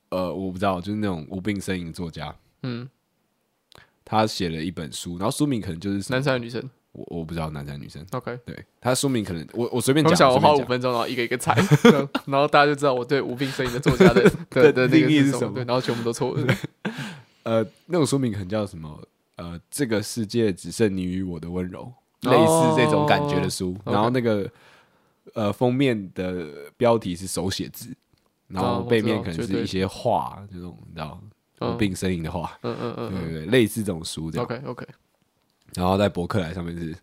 B: 呃我不知道，就是那种无病呻吟的作家，
A: 嗯，
B: 他写了一本书，然后书名可能就是什么
A: 男生还是女生
B: 我我不知道男生女生，
A: ？OK，
B: 对他书名可能我我随便
A: 我
B: 讲，
A: 想我
B: 随便
A: 花
B: 讲
A: 五分钟，然后一个一个猜，
B: [LAUGHS]
A: 然后大家就知道我对无病呻吟的作家的的的那
B: 定
A: 个
B: 义是
A: 是
B: 什
A: 什
B: 么
A: 么，对，然后全部都错了。
B: 呃，那种书名可能叫什么？呃，这个世界只剩你与我的温柔，
A: 哦
B: 类似这种感觉的书。
A: OK
B: 然后那个呃封面的标题是手写字，然
A: 哦
B: 后
A: 我知道
B: 背面可能
A: 绝
B: 是
A: 对
B: 一些画，这种你知道
A: 嗯
B: 无病呻吟的画，
A: 嗯嗯
B: 对
A: 嗯
B: 对对，啊类似这种书这
A: 嗯
B: 样。
A: ，OK OK，
B: 然后在博客来上面是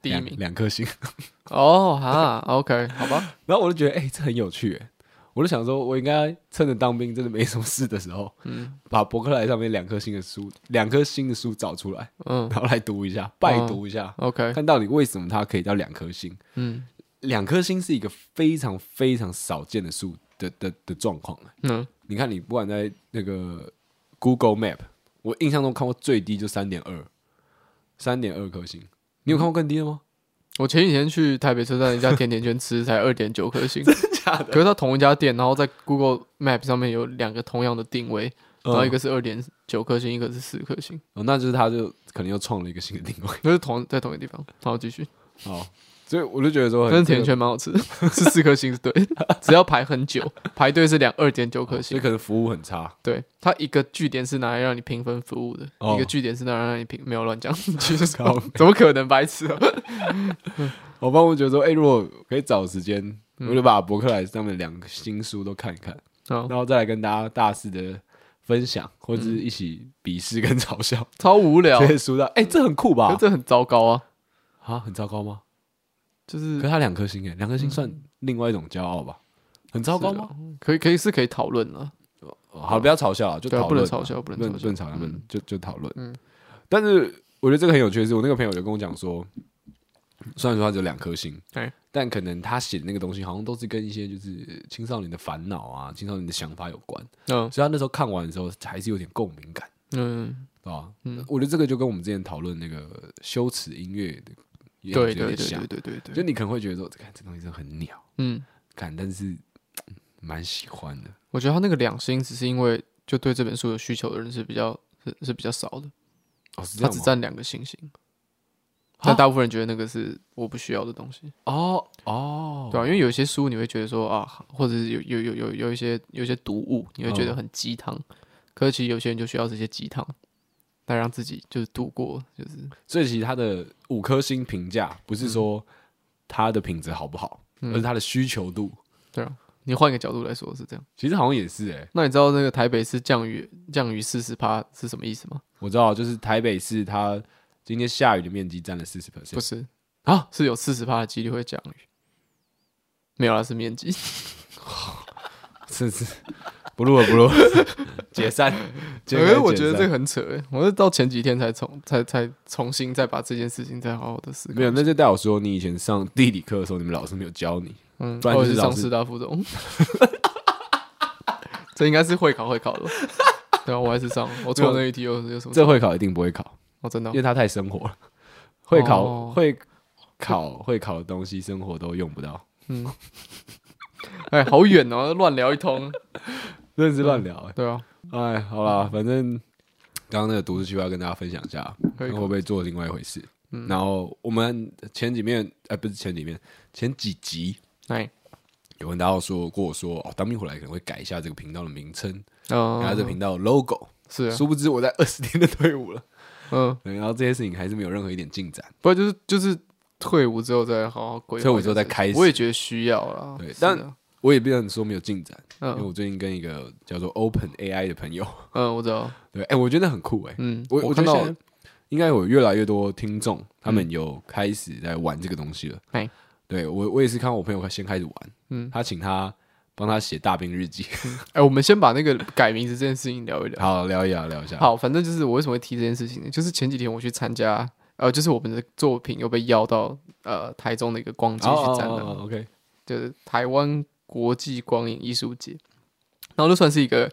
A: 第一
B: 两
A: 名。
B: 两颗星。
A: 哦哈，OK，好吧，
B: 然后我就觉得，哎、这很有趣耶。我就想说，我应该趁着当兵真的没什么事的时候，
A: 嗯
B: 把博客来上面两颗星的书，两颗星的书找出来，
A: 嗯
B: 然后来读一下，拜读一下，
A: 哦，OK，
B: 看到底为什么它可以到两颗星。
A: 嗯
B: 两颗星是一个非常非常少见的数的的的状况。
A: 嗯
B: 你看，你不管在那个 Google Map，我印象中看过最低就三点二，三点二颗星。你有看过更低的吗？
A: 我前几天去台北车站一家甜甜圈吃，才二点九颗星，可
B: [LAUGHS] 真假的？
A: 是它同一家店，然后在 Google Map 上面有两个同样的定位，然
B: 嗯
A: 后一个是二点九颗星，一个是四颗星，
B: 哦，那就是他就可能又创了一个新的定位。
A: 都是同在同一个地方。好，继续，
B: 好，所以我就觉得说，
A: 但是甜甜圈蛮好吃的，是四颗星是对的，
B: [LAUGHS]
A: 只要排很久，排队是两二点九颗
B: 所
A: 星。
B: 以可能服务很差。 [LAUGHS]
A: 对，它一个据点是拿来让你评分服务的，
B: 哦
A: 一个据点是拿来让你评，没有乱讲，其实
B: 靠
A: [LAUGHS] 怎么可能白痴
B: [LAUGHS]
A: 啊？
B: 我帮我觉得说，哎、如果可以找时间，
A: 嗯
B: 我就把博客来上面两个新书都看一看，
A: 好
B: 然后再来跟大家大肆的分
A: 嗯
B: 享，或者是一起鄙视跟嘲笑、
A: 超无聊
B: 这，些书的。哎、这很酷
A: 哦可
B: 吧
A: 是？这很糟糕啊！
B: 啊，很糟糕吗？
A: 就是
B: 可是他两颗星哎，两颗星算另外一种骄傲吧？很糟糕
A: 嗯是
B: 吗？
A: 啊？可以，可以是可以讨论了。
B: 哦好，不要嘲笑啊，就
A: 对啊
B: 讨论啊，
A: 不能嘲笑不能
B: 论
A: 嘲笑
B: 论嘲笑，
A: 嗯
B: 不能就就讨论。
A: 嗯
B: 但是我觉得这个很有趣的是，我那个朋友就跟我讲说，虽然说他只有两颗星，
A: 哎
B: 但可能他写的那个东西好像都是跟一些就是青少年的烦恼啊、青少年的想法有关，
A: 嗯
B: 所以他那时候看完的时候还是有点共鸣感，
A: 嗯，
B: 对吧？
A: 嗯
B: 我觉得这个就跟我们之前讨论那个羞耻音乐的也
A: 对对
B: 有
A: 对
B: 点像
A: 对，对对对，
B: 就你可能会觉得说，看这东西真的很鸟，
A: 嗯，
B: 看但是嗯蛮喜欢的。
A: 我觉得他那个两星只是因为就对这本书有需求的人是比较是是比较少的，
B: 哦，是
A: 他
B: 这样
A: 只
B: 吗？啊
A: 占两个星星，但大部分人觉得那个是我不需要的东西，
B: 哦哦，
A: 对啊，因为有些书你会觉得说啊，或者是有有有有有一些有一些读物，你会觉
B: 嗯
A: 得很鸡汤，可是其实有些人就需要这些鸡汤。来让自己就是度过，就是
B: 所以其实它的五颗星评价不是说
A: 嗯
B: 它的品质好不好，而是它的需求度。
A: 对啊。你换一个角度来说是这样。
B: 其实好像也是哎、
A: 那你知道那个台北市降雨降雨四十趴是什么意思吗？
B: 我知道，就是台北市它今天下雨的面积占了四十
A: 不
B: percent [LAUGHS]
A: 是
B: 啊，
A: 是有四十趴的几率会降雨。没有啦，是面积。
B: 是是，不录了 [LAUGHS] 不录了，解散。解
A: 因
B: 散
A: 为我觉得
B: 解
A: 这
B: 散
A: 个很扯、欸，我是到前几天才重才才重新再把这件事情再好好的思考。
B: 没有，那就代表说你以前上地理课的时候，你们老师没有教你。
A: 嗯，
B: 不然
A: 哦
B: 就是
A: 是
B: 老
A: 上 [LAUGHS]
B: 师
A: 师大附中，这应该是会考会考的吧。 [LAUGHS] 对啊，我还是上了，我错那一题有有什么？
B: 这会考一定不会考，
A: 哦，真的
B: 因为它太生活了。会考、
A: 哦
B: 会考会考的东西，生活都用不到，
A: 哎，好远哦，乱聊一通。
B: 真的是乱聊、欸。
A: 对啊，
B: 哎，好啦，反正刚刚那个读书计划跟大家分享一下，
A: 可以嗯
B: 看会不会做另外一回事。然后我们前几面，哎、不是前几面，前几集
A: 哎，
B: 有跟大家说过说，哦，当兵回来可能会改一下这个频道的名称，
A: 嗯
B: 改下这个频道的 logo。
A: 是啊，
B: 殊不知我在二十天的退伍了，
A: 嗯，
B: 对然后这些事情还是没有任何一点进展。
A: 不过就是就是退伍之后再好好规划，
B: 退伍之后再开始
A: 我也觉得需要啦。
B: 对
A: 是
B: 但
A: 的
B: 我也不能说没有进展，因为
A: 嗯
B: 我最近跟一个叫做 Open AI 的朋友， [LAUGHS]
A: 嗯，我知道，
B: 对，哎、我觉得很酷哎、
A: 嗯，
B: 我
A: 我
B: 看
A: 觉得
B: 到
A: 现在
B: 应该有越来越多听众，他们有开始在玩这个东西了。
A: 哎
B: 对我我也是看我朋友先开始玩，
A: 嗯
B: 他请他帮他写大兵日记， [LAUGHS]
A: 哎，我们先把那个改名字这件事情聊一聊。
B: 好聊一聊聊一下。，
A: 好，反正就是我为什么会提这件事情呢？就是前几天我去参加，呃，就是我们的作品又被邀到呃台中的一个光
B: 继
A: 机去展览，
B: OK，
A: 就是台湾国际光影艺术节，然后就算是一个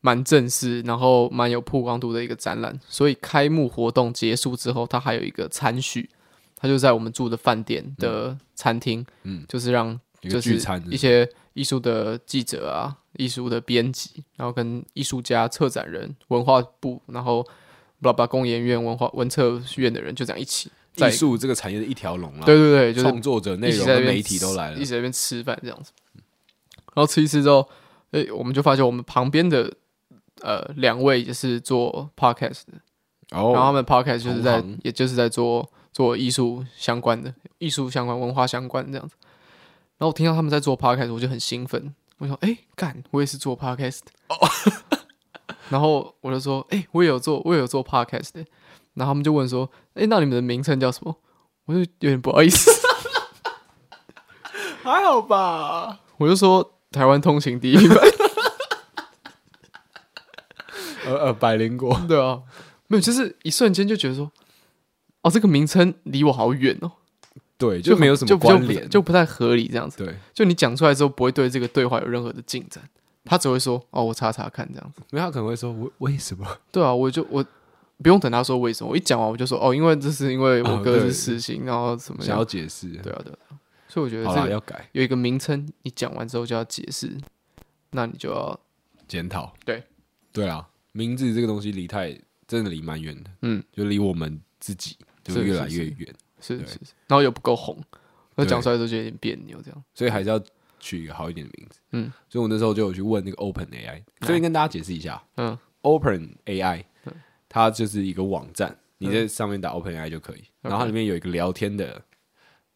A: 蛮正式，然后蛮有曝光度的一个展览。所以开幕活动结束之后，它还有一个餐叙，它就在我们住的饭店的餐厅，
B: 嗯，
A: 就是让
B: 一
A: 就
B: 个
A: 是
B: 聚餐
A: 一些艺术的记者啊、艺术的编辑，然后跟艺术家、策展人、文化部，然后布拉巴工研院、文化文策院的人就这样一起在
B: 艺，术这个产业的一条龙啦，
A: 对对对，就是
B: 创作者、啊内
A: 一起
B: 容
A: 在那
B: 跟
A: 边
B: 媒体都来了
A: 一。起在那边吃饭这样子。然后吃一吃之后，诶、我们就发现我们旁边的呃两位也是做 podcast 的，然后他
B: 哦，
A: 们 podcast 就是在
B: 同行
A: 也就是在做做艺术相关的、艺术相关、文化相关这样子。然后我听到他们在做 podcast，我就很兴奋，我想，诶，干，我也是做 podcast，然后我就说，诶，我也有做，我也有做 podcast 的。然后他们就问说，诶，那你们的名称叫什么？我就有点不好意思。
B: 还好吧，
A: 我就说台湾通勤第一班，
B: 呃呃，百灵果，
A: 对啊，没有，就是一瞬间就觉得说，哦，这个名称离我好远哦，
B: 对，就没有什么
A: 就不就
B: 关
A: 不
B: 联，
A: 就不太合理这样子。
B: 对，
A: 就你讲出来之后，不会对这个对话有任何的进展，他只会说，哦，我查查看这样子。
B: 因为他可能会说，为为什么？
A: 对啊，我就我不用等他说为什么，我一讲完我就说，哦，因为这是因为我
B: 哦
A: 哥
B: 对
A: 是死刑，然后怎么
B: 想要
A: 样？
B: 解释，
A: 对啊，对啊，所以我觉得
B: 好
A: 这
B: 啦，
A: 个
B: 要改
A: 有一个名称，你讲完之后就要解释，那你就要
B: 检讨，
A: 对，
B: 对啊，名字这个东西离太真的离蛮远的，
A: 嗯，
B: 就离我们自己就是越来
A: 是
B: 越
A: 是
B: 远，
A: 是
B: 对
A: 是，是然后又不够红，那
B: 对
A: 讲出来之后就有点别扭这样。
B: 所以还是要取一个好一点的名字。
A: 嗯，
B: 所以我那时候就有去问那个 Open AI，所以跟大家解释一下
A: 嗯
B: ，Open AI 它就是一个网站，你在上面打 Open AI 就可以，然后它里面有一个聊天的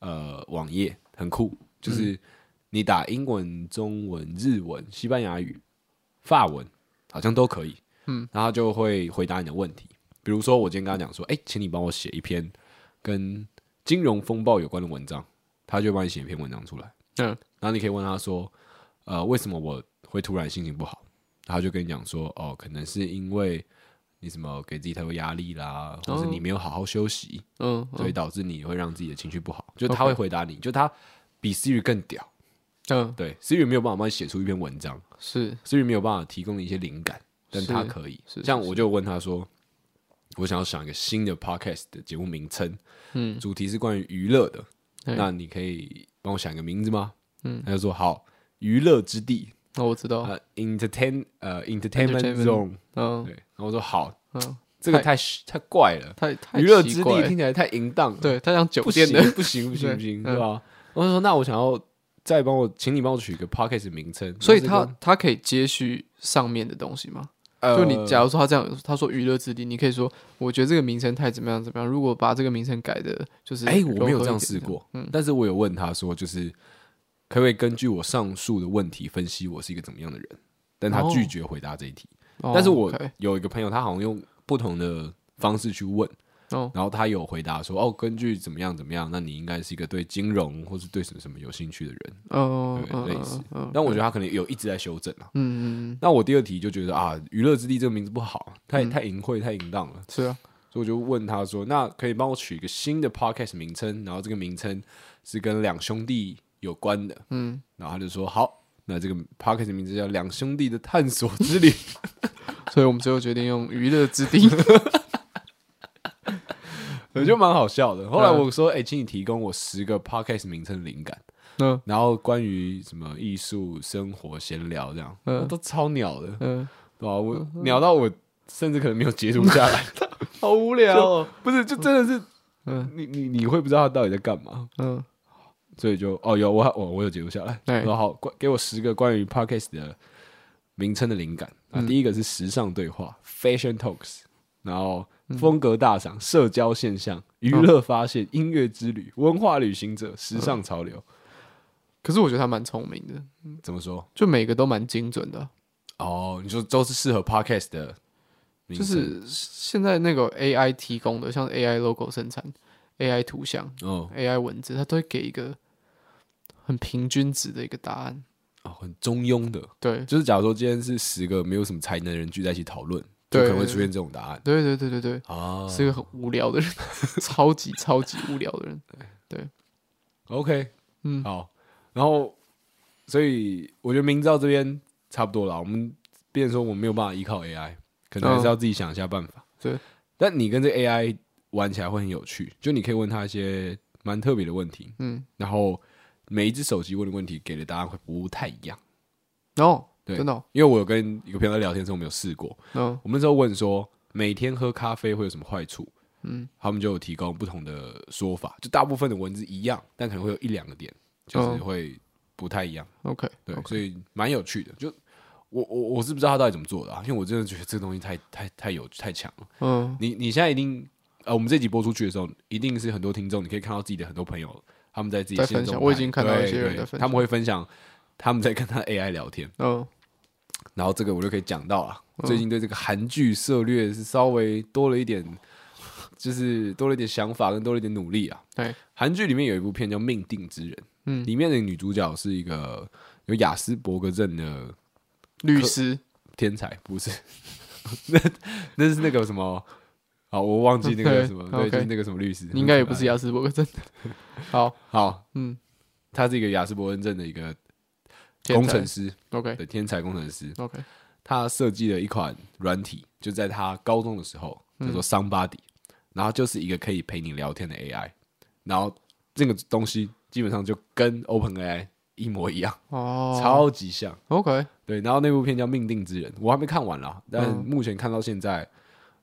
B: 呃网页，很酷，就是你打英文、中文、日文、西班牙语、法文，好像都可以，嗯，然后它就会回答你的问题，比如说我今天跟他讲说，哎、请你帮我写一篇跟金融风暴有关的文章，他就会帮你写一篇文章出来。
A: 嗯，
B: 然后你可以问他说，呃，为什么我会突然心情不好？他就跟你讲说，哦，可能是因为你什么给自己太多压力啦，或是你没有好好休息，
A: 嗯，
B: 所以导致你会让自己的情绪不好。就他会回答你，就他比 Siri 更屌。
A: 嗯，
B: 对，Siri 没有办法帮你写出一篇文章
A: 是，
B: ，Siri 没有办法提供你一些灵感，但他可以。
A: 是是
B: 像我就问他说，我想要想一个新的 podcast 的节目名称，
A: 嗯，
B: 主题是关于娱乐的，
A: 对
B: 那你可以帮我想一个名字吗？嗯，他就说好，娱乐之地，
A: 那我知道，
B: 呃，entertain，呃，entertainment
A: 哦 Entertainment
B: zone，
A: 嗯
B: 对，然后我说好，
A: 嗯，
B: 这个太太怪了，
A: 太太
B: 娱乐
A: 奇
B: 之
A: 怪
B: 地听起来太淫荡了，，
A: 对，他像酒
B: 不
A: 店
B: 行
A: 的，
B: 不行不行不行，
A: 对嗯
B: 对吧？我就说那我想要再帮我，请你帮我取一个 podcast 的名称，
A: 所以
B: 然
A: 他
B: 后这个
A: 他可以接续上面的东西吗？
B: 呃
A: 就你假如说他这样，他说娱乐之地，你可以说，我觉得这个名称太怎么样怎么样，如果把这个名称改的，就是
B: 哎，
A: 柔
B: 我
A: 和
B: 没
A: 一
B: 有这
A: 点嗯
B: 样试，过，但是我有问他说，就是可不可以根据我上述的问题分析我是一个怎么样的人，但他
A: 哦
B: 拒绝回答这一题。
A: 哦
B: 但是我
A: OK，
B: 有一个朋友，他好像用不同的方式去问，
A: 哦
B: 然后他有回答说，哦，根据怎么样怎么样，那你应该是一个对金融或是对什么什么有兴趣的人，
A: 嗯
B: 对
A: 嗯
B: 类似
A: 嗯嗯
B: 但我觉得他可能有一直在修正啊。
A: 嗯，嗯
B: 那我第二题就觉得啊，娱乐之地这个名字不好，太太淫秽、太淫荡了，
A: 是啊，
B: 所以我就问他说，那可以帮我取一个新的 podcast 名称，然后这个名称是跟两兄弟有关的，
A: 嗯，
B: 然后他就说好，那这个 podcast 名字叫《两兄弟的探索之旅》 [LAUGHS]
A: 所以我们最后决定用娱乐之地。
B: 我觉得蛮好笑的。后来我说：“哎、请你提供我十个 podcast 名称灵感，
A: 嗯
B: 然后关于什么艺术、生活闲聊这样，
A: 嗯
B: 我都超鸟的，
A: 嗯，
B: 对吧、我鸟到我甚至可能没有截图下
A: [LAUGHS]
B: 来，
A: 好无聊哦。
B: 不是，就真的是，
A: 嗯
B: 你你你会不知道他到底在干嘛，
A: [LAUGHS] 嗯，
B: 所以就哦有我我我有截图下来，
A: 对
B: 我说好，关给我十个关于 podcast 的名称的灵感啊。
A: 嗯
B: 第一个是时尚对话 （fashion talks），然后
A: 嗯
B: 风格大赏、社交现象、娱乐发现、音乐之旅、
A: 嗯
B: 文化旅行者、时尚潮流。
A: 可是我觉得他蛮聪明的，
B: 怎么说？
A: 就每个都蛮精准的。啊
B: 哦，你说都是适合 podcast 的名
A: 就
B: 称，
A: 是现在那个 AI 提供的，像 AI logo 生产、AI 图像、
B: 哦
A: AI 文字，它都会给一个很平均值的一个答案。
B: 哦，很中庸的。
A: 对，
B: 就是假如说今天是十个没有什么才能的人聚在一起讨论，就
A: 对
B: 可能会出现这种答案
A: 对对对对对，
B: 啊。
A: 是一个很无聊的人，
B: 嗯 [LAUGHS]
A: 超级超级无聊的人。
B: OK，
A: 嗯
B: 好，然后所以我觉得明知道这边差不多了，我们变成说我们没有办法依靠 AI，可能还是要自己想一下办法。
A: 对，
B: 但你跟这 AI 玩起来会很有趣，就你可以问他一些蛮特别的问题，
A: 嗯，
B: 然后每一只手机问的问题给的答案会不太一样。
A: 然后
B: 对
A: 真的哦，
B: 因为我有跟一个朋友在聊天的时候，我们有试过，
A: 嗯
B: 我们那时候问说每天喝咖啡会有什么坏处，嗯，他们就有提供不同的说法，就大部分的文字一样，但可能会有一两个点就是
A: 嗯
B: 会不太一样，
A: ，OK，
B: 对所以蛮有趣的。就我我我是不知道他到底怎么做的啊，因为我真的觉得这个东西太太太有太强了。
A: 嗯，
B: 你你现在一定呃，我们这集播出去的时候，一定是很多听众，你可以看到自己的很多朋友他们在自己
A: 在
B: 现
A: 分
B: 实中
A: 享
B: 拍
A: 我已经看到
B: 对
A: 一些人
B: 对
A: 在分享
B: 他们会分享他们在跟他 AI 聊天。
A: 嗯，
B: 然后这个我就可以讲到了。最近对这个韩剧策略是稍微多了一点，就是多了一点想法，跟多了一点努力啊。
A: 对，
B: 韩剧里面有一部片叫《命定之人》，
A: 嗯
B: 里面的女主角是一个有雅斯伯格症的
A: 律师
B: 天才，不是？ [LAUGHS] 那那是那个什么？好，我忘记那个
A: 对
B: 什么，
A: OK
B: 对，就是那个什么律师，
A: 你应该也不
B: 很
A: 是
B: 可爱。
A: 雅斯伯格症。好，
B: 好，
A: 嗯
B: 他是一个雅斯伯格症的一个
A: 天才
B: 工程师，
A: ，OK
B: 对，天才工程师。
A: OK，
B: 他设计了一款软体，就在他高中的时候
A: 嗯
B: 叫做 Somebody，、然后就是一个可以陪你聊天的 AI，然后这个东西基本上就跟 OpenAI 一模一样，
A: 哦
B: 超级像。
A: ，OK，
B: 对，然后那部片叫《命定之人》，我还没看完啦，但
A: 嗯
B: 目前看到现在，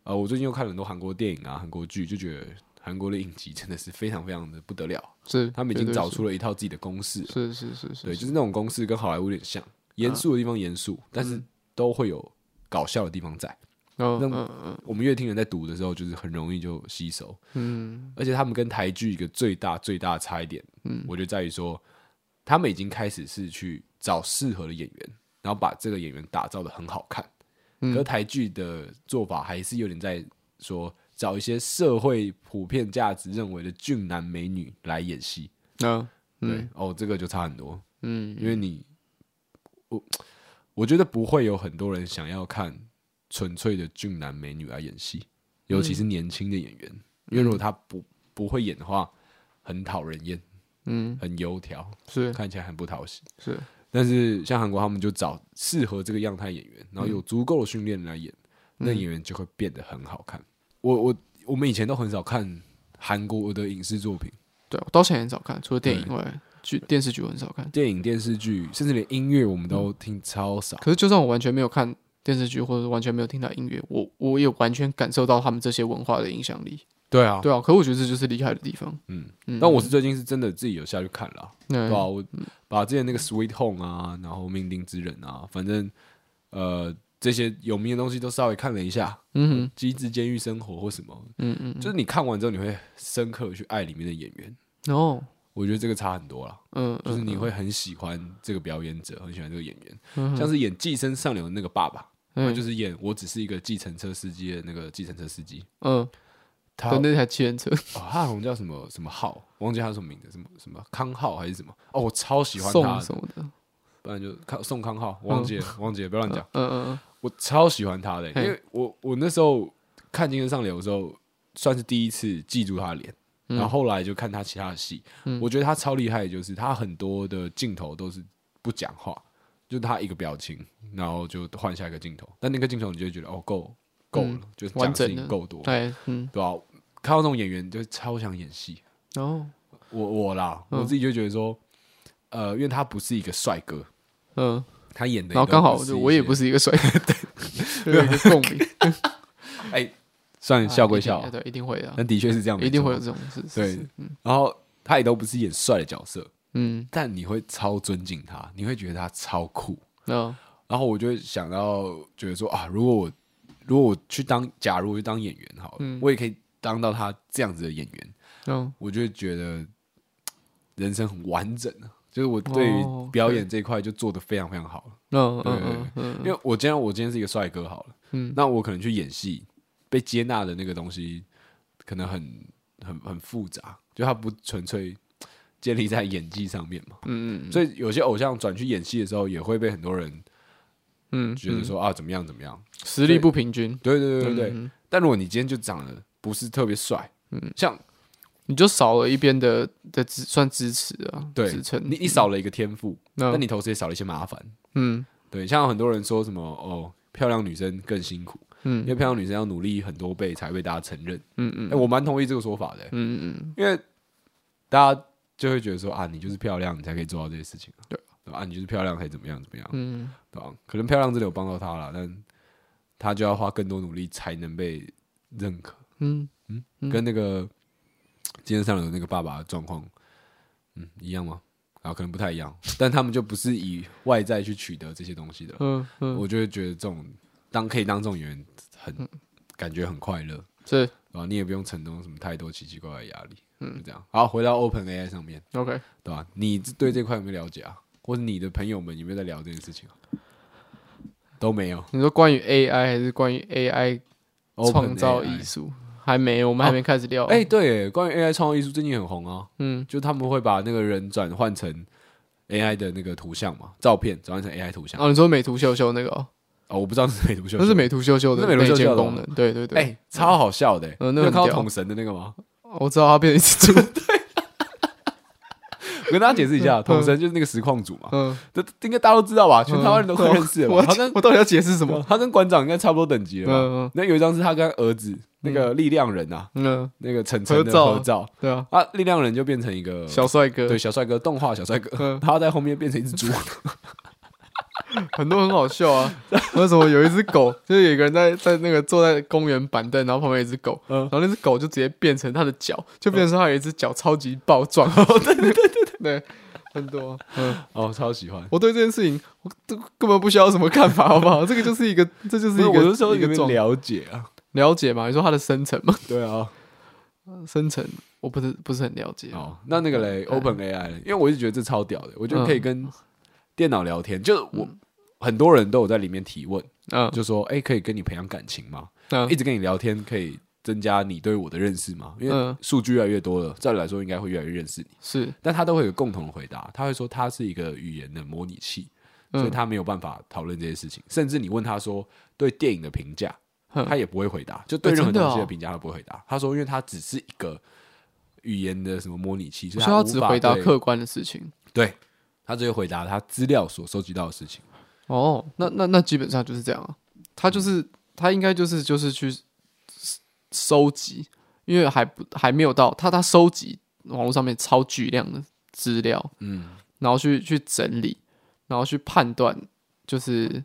B: 呃，我最近又看了很多韩国电影啊、韩国剧，就觉得韩国的影集真的是非常非常的不得了，
A: 是，
B: 他们已
A: 绝
B: 经
A: 对
B: 找
A: 是
B: 出了一套自己的公式了，
A: 是是是
B: 对，
A: 是，
B: 就是那种公式跟好莱坞有点像，严肃的地方严肃，但是都会有搞笑的地方在。
A: 嗯
B: 那
A: 嗯嗯
B: 我们乐听人在读的时候，就是很容易就吸收，
A: 嗯
B: 而且他们跟台剧一个最大最大的差一点，嗯，我觉得在于说，他们已经开始是去找适合的演员，然后把这个演员打造的很好看，
A: 嗯
B: 可台剧的做法还是有点在说找一些社会普遍价值认为的俊男美女来演戏，
A: 嗯
B: 对，
A: 嗯
B: 哦，这个就差很多，
A: 嗯
B: 因为你，我我觉得不会有很多人想要看纯粹的俊男美女来演戏，尤
A: 嗯
B: 其是年轻的演员，因为如果他不不会演的话，很讨人厌，
A: 嗯，
B: 很油条，
A: 是
B: 看起来很不讨喜。
A: 是，
B: 但是像韩国他们就找适合这个样态演员，然后
A: 嗯
B: 有足够的训练来演，那演员就会变得很好看。我我我们以前都很少看韩国的影视作品，
A: 对我到现在很少看，除了电影以外，剧电视剧我很少看。
B: 电影、电视剧，甚至连音乐我们都听超少。
A: 可是就算我完全没有看电视剧，或者是完全没有听到音乐，我我也完全感受到他们这些文化的影响力。
B: 对啊，
A: 对啊，可我觉得这就是厉害的地方。
B: 嗯
A: 嗯，
B: 但我是最近是真的自己有下去看了啊，
A: 那
B: 对吧、我把之前那个《Sweet Home》啊，然后《命定之人》啊，反正呃这些有名的东西都稍微看了一下，
A: 嗯哼
B: 《机智监狱生活》或什么，
A: 嗯嗯，
B: 就是你看完之后，你会深刻地去爱里面的演员。
A: 然后
B: 我觉得这个差很多啦，
A: 嗯
B: 就是
A: 嗯
B: 你会很喜欢这个表演者，很喜欢这个演员，
A: 嗯
B: 像是演《寄生上流》的那个爸爸，他
A: 嗯
B: 就是演我只是一个计程车司机的那个计程车司机，
A: 嗯，
B: 他
A: 对那台七人车，
B: 哦，他好像叫什么什么浩，我忘记他什么名字，什么什么康浩还是什么？哦，我超喜欢他
A: 送
B: 的，
A: 什么的，
B: 不然就康宋康浩，忘记了，忘记了，不要乱讲。
A: 嗯嗯
B: 我超喜欢他的、
A: 嘿
B: 因为我我那时候看《金针上流》的时候，算是第一次记住他的脸，然后后来就看他其他的戏，
A: 嗯
B: 我觉得他超厉害，的就是他很多的镜头都是不讲话，就是他一个表情，然后就换下一个镜头，但那个镜头你就会觉得哦，够够了，就是讲
A: 嗯完
B: 的事
A: 整
B: 情
A: 的
B: 够多，
A: 对，嗯，
B: 对吧、看到这种演员，就超想演戏。
A: 然后
B: 我我啦，
A: 嗯
B: 我自己就觉得说，呃，因为他不是一个帅哥，
A: 嗯，
B: 他演的，
A: 然后刚好就我也不
B: 是
A: 是一个帅哥，对，有一个共鸣，
B: 一些，哎，算笑归笑
A: 啊一定，对，一定会的啊，
B: 但的确是这样，
A: 一定会有
B: 没错
A: 这种事，嗯是
B: 对，然后他也都不是演帅的角色，
A: 嗯，
B: 但你会超尊敬他，你会觉得他超酷。
A: 那
B: 然后我就会想到，觉得说啊，如果我如果我去当，假如我去当演员好了，我也可以当到他这样子的演员，
A: 嗯，
B: 我就会觉得嘖人生很完整啊。就是我对于
A: 哦
B: 表演这一块就做的非常非常好了，
A: 那嗯
B: 对对
A: 嗯嗯
B: 因为我今天我今天是一个帅哥好了，
A: 嗯
B: 那我可能去演戏，被接纳的那个东西可能很很很复杂，就它不纯粹嘖建立在演技上面嘛，
A: 嗯嗯
B: 所以有些偶像转去演戏的时候，也会被很多人
A: 嗯，
B: 觉得说、啊怎么样怎么样，
A: 实力不平均，
B: 对对对对对。
A: 嗯
B: 但如果你今天就长得不是特别帅，嗯，像
A: 你就少了一边的的支算支持啊，
B: 对
A: 支撑
B: 你你少了一个天赋，
A: 那
B: 那你同时也少了一些麻烦。
A: 嗯
B: 对，像很多人说什么哦，漂亮女生更辛苦，因
A: 嗯
B: 为漂亮女生要努力很多倍才被大家承认。
A: 嗯嗯
B: 哎，我蛮同意这个说法的，
A: 嗯嗯，
B: 因为大家就会觉得说啊，你就是漂亮，你才可以做到这些事情啊，
A: 对
B: 对吧啊，你就是漂亮才怎么样怎么样，
A: 嗯
B: 对吧？可能漂亮真的有帮到他了，但他就要花更多努力才能被认可。
A: 嗯
B: 跟那个今天上流那个爸爸的状况，嗯，一样吗？啊，可能不太一样，但他们就不是以外在去取得这些东西的。
A: 嗯嗯，
B: 我就会觉得这种当可以当这种演员，很感觉很快乐，
A: 是
B: 然后你也不用承担什么太多奇奇怪怪的压力，嗯，就这样。好，回到 Open AI 上面，
A: OK。
B: 对吧、你对这块有没有了解啊？或者你的朋友们有没有在聊这件事情啊？都没有。
A: 你说关于 AI 还是关于 AI 创造
B: OpenAI
A: 艺术？还没，我们还没开始聊。
B: 哎、对耶，关于 AI 创作艺术最近很红啊，
A: 嗯，
B: 就他们会把那个人转换成 AI 的那个图像嘛，照片转换成 AI 图像。
A: 哦，你说美图秀秀那个哦，
B: 哦，我不知道是美图秀秀，
A: 那是美图秀秀的
B: 那是美图秀秀
A: 建
B: 的
A: 功能，对对
B: 哎、
A: 对。
B: 超好笑的、欸。
A: 嗯
B: 你
A: 那
B: 有
A: 很
B: 看到
A: 屌
B: 桶神的那个吗？
A: 我知道它变成一只猪，
B: [LAUGHS] 我跟大家解释一下，桶神就是那个实况组嘛，
A: 嗯，
B: 这这应该大家都知道吧？全台湾人都会认识的吧
A: [LAUGHS] 我？
B: 他跟
A: 我到底要解释什么？
B: 他跟馆长应该差不多等级了吧？
A: 嗯
B: 那有一张是他跟儿子那个力量人啊，
A: 嗯嗯，
B: 那个晨晨
A: 合
B: 的
A: 照
B: 合照
A: 对啊，
B: 啊，力量人就变成一个
A: 小帅哥，
B: 对小帅哥动画小帅哥，
A: 嗯
B: [LAUGHS] 他在后面变成一只猪，
A: 很多很好笑啊。为什么有一只
B: [LAUGHS]
A: 狗，就是有一个人在在那个坐在公园板凳，然后旁边有一只狗，
B: 嗯
A: 然后那只狗就直接变成它的脚，就变成它有一只脚超级暴壮。
B: 嗯
A: 对对对对 [LAUGHS] 对，很多。嗯，
B: 哦，超喜欢。
A: 我对这件事情我都根本不需要什么看法，好不
B: [LAUGHS]
A: 好？这个就是一个，这 [LAUGHS] 就是一
B: 不
A: 个
B: 是，我是说
A: 一个
B: 有没有
A: 状
B: 了解啊？
A: 了解嘛？你说它的生成嘛？
B: 对啊，
A: [LAUGHS] 生成我不是不是很了解。
B: 哦，那那个嘞
A: 对
B: ，Open AI 嘞，因为我一直觉得这超屌的，我觉得
A: 嗯
B: 可以跟电脑聊天，就是我很多人都有在里面提问，
A: 嗯
B: 就说，哎，可以跟你培养感情吗？
A: 嗯
B: 一直跟你聊天可以增加你对我的认识吗？因为
A: 嗯
B: 数据越来越多了，照理来说应该会越来越认识你，
A: 是
B: 但他都会有共同的回答，他会说他是一个语言的模拟器，
A: 嗯
B: 所以他没有办法讨论这些事情，甚至你问他说对电影的评价，
A: 嗯
B: 他也不会回答，就对任何
A: 真的
B: 东
A: 哦
B: 西的评价他不会回答。他说，因为他只是一个语言的什么模拟器，所
A: 所以
B: 以他
A: 它
B: 无
A: 只
B: 法
A: 回答
B: 对
A: 客观的事情。
B: 对，他只会回答他资料所收集到的事情。
A: 哦，那那那基本上就是这样啊。他就是他应该就是就是去 s- 收集，因为还不还没有到他他收集网络上面超巨量的资料，
B: 嗯，
A: 然后去去整理，然后去判断，就是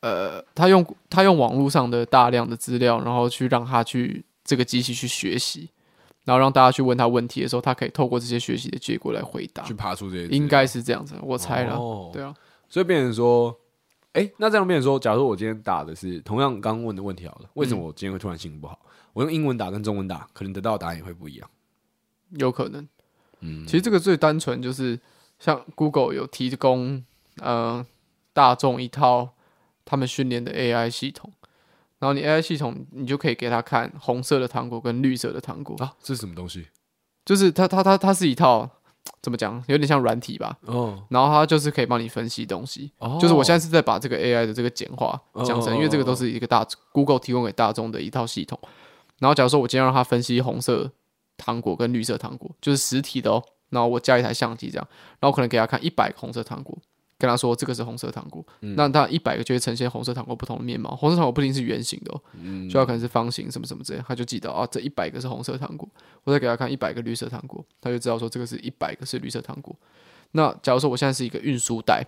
A: 呃，他用他用网络上的大量的资料，然后去让他去这个机器去学习，然后让大家去问他问题的时候，他可以透过这些学习的结果来回答
B: 去，爬出这些资
A: 啊
B: 料，
A: 应该是这样子，我猜了，
B: 哦
A: 对啊，
B: 所以变成说，哎、那这样变成说，假如说我今天打的是同样刚问的问题好了，为什么我今天会突然心情不好？我用英文打跟中文打，可能得到的答案也会不一样。
A: 有可能。
B: 嗯
A: 其实这个最单纯就是像 Google 有提供呃大众一套他们训练的 AI 系统，然后你 AI 系统你就可以给他看红色的糖果跟绿色的糖果，
B: 啊，这是什么东西？
A: 就是它它它它是一套怎么讲，有点像软体吧。
B: 哦，
A: 然后它就是可以帮你分析东西，
B: 哦
A: 就是我现在是在把这个 AI 的这个简化
B: 哦
A: 讲成，
B: 哦
A: 因为这个都是一个大 Google 提供给大众的一套系统。然后假如说我今天让它分析红色糖果跟绿色糖果，就是实体的哦，然后我加一台相机这样，然后可能给它看一百个红色糖果，跟他说这个是红色糖果，那他一百个就会呈现红色糖果不同的面貌。红色糖果不一定是圆形的、哦，就有可能是方形什么什么之类，他就记得啊，这一百个是红色糖果。我再给他看一百个绿色糖果，他就知道说这个是一百个是绿色糖果。那假如说我现在是一个运输带，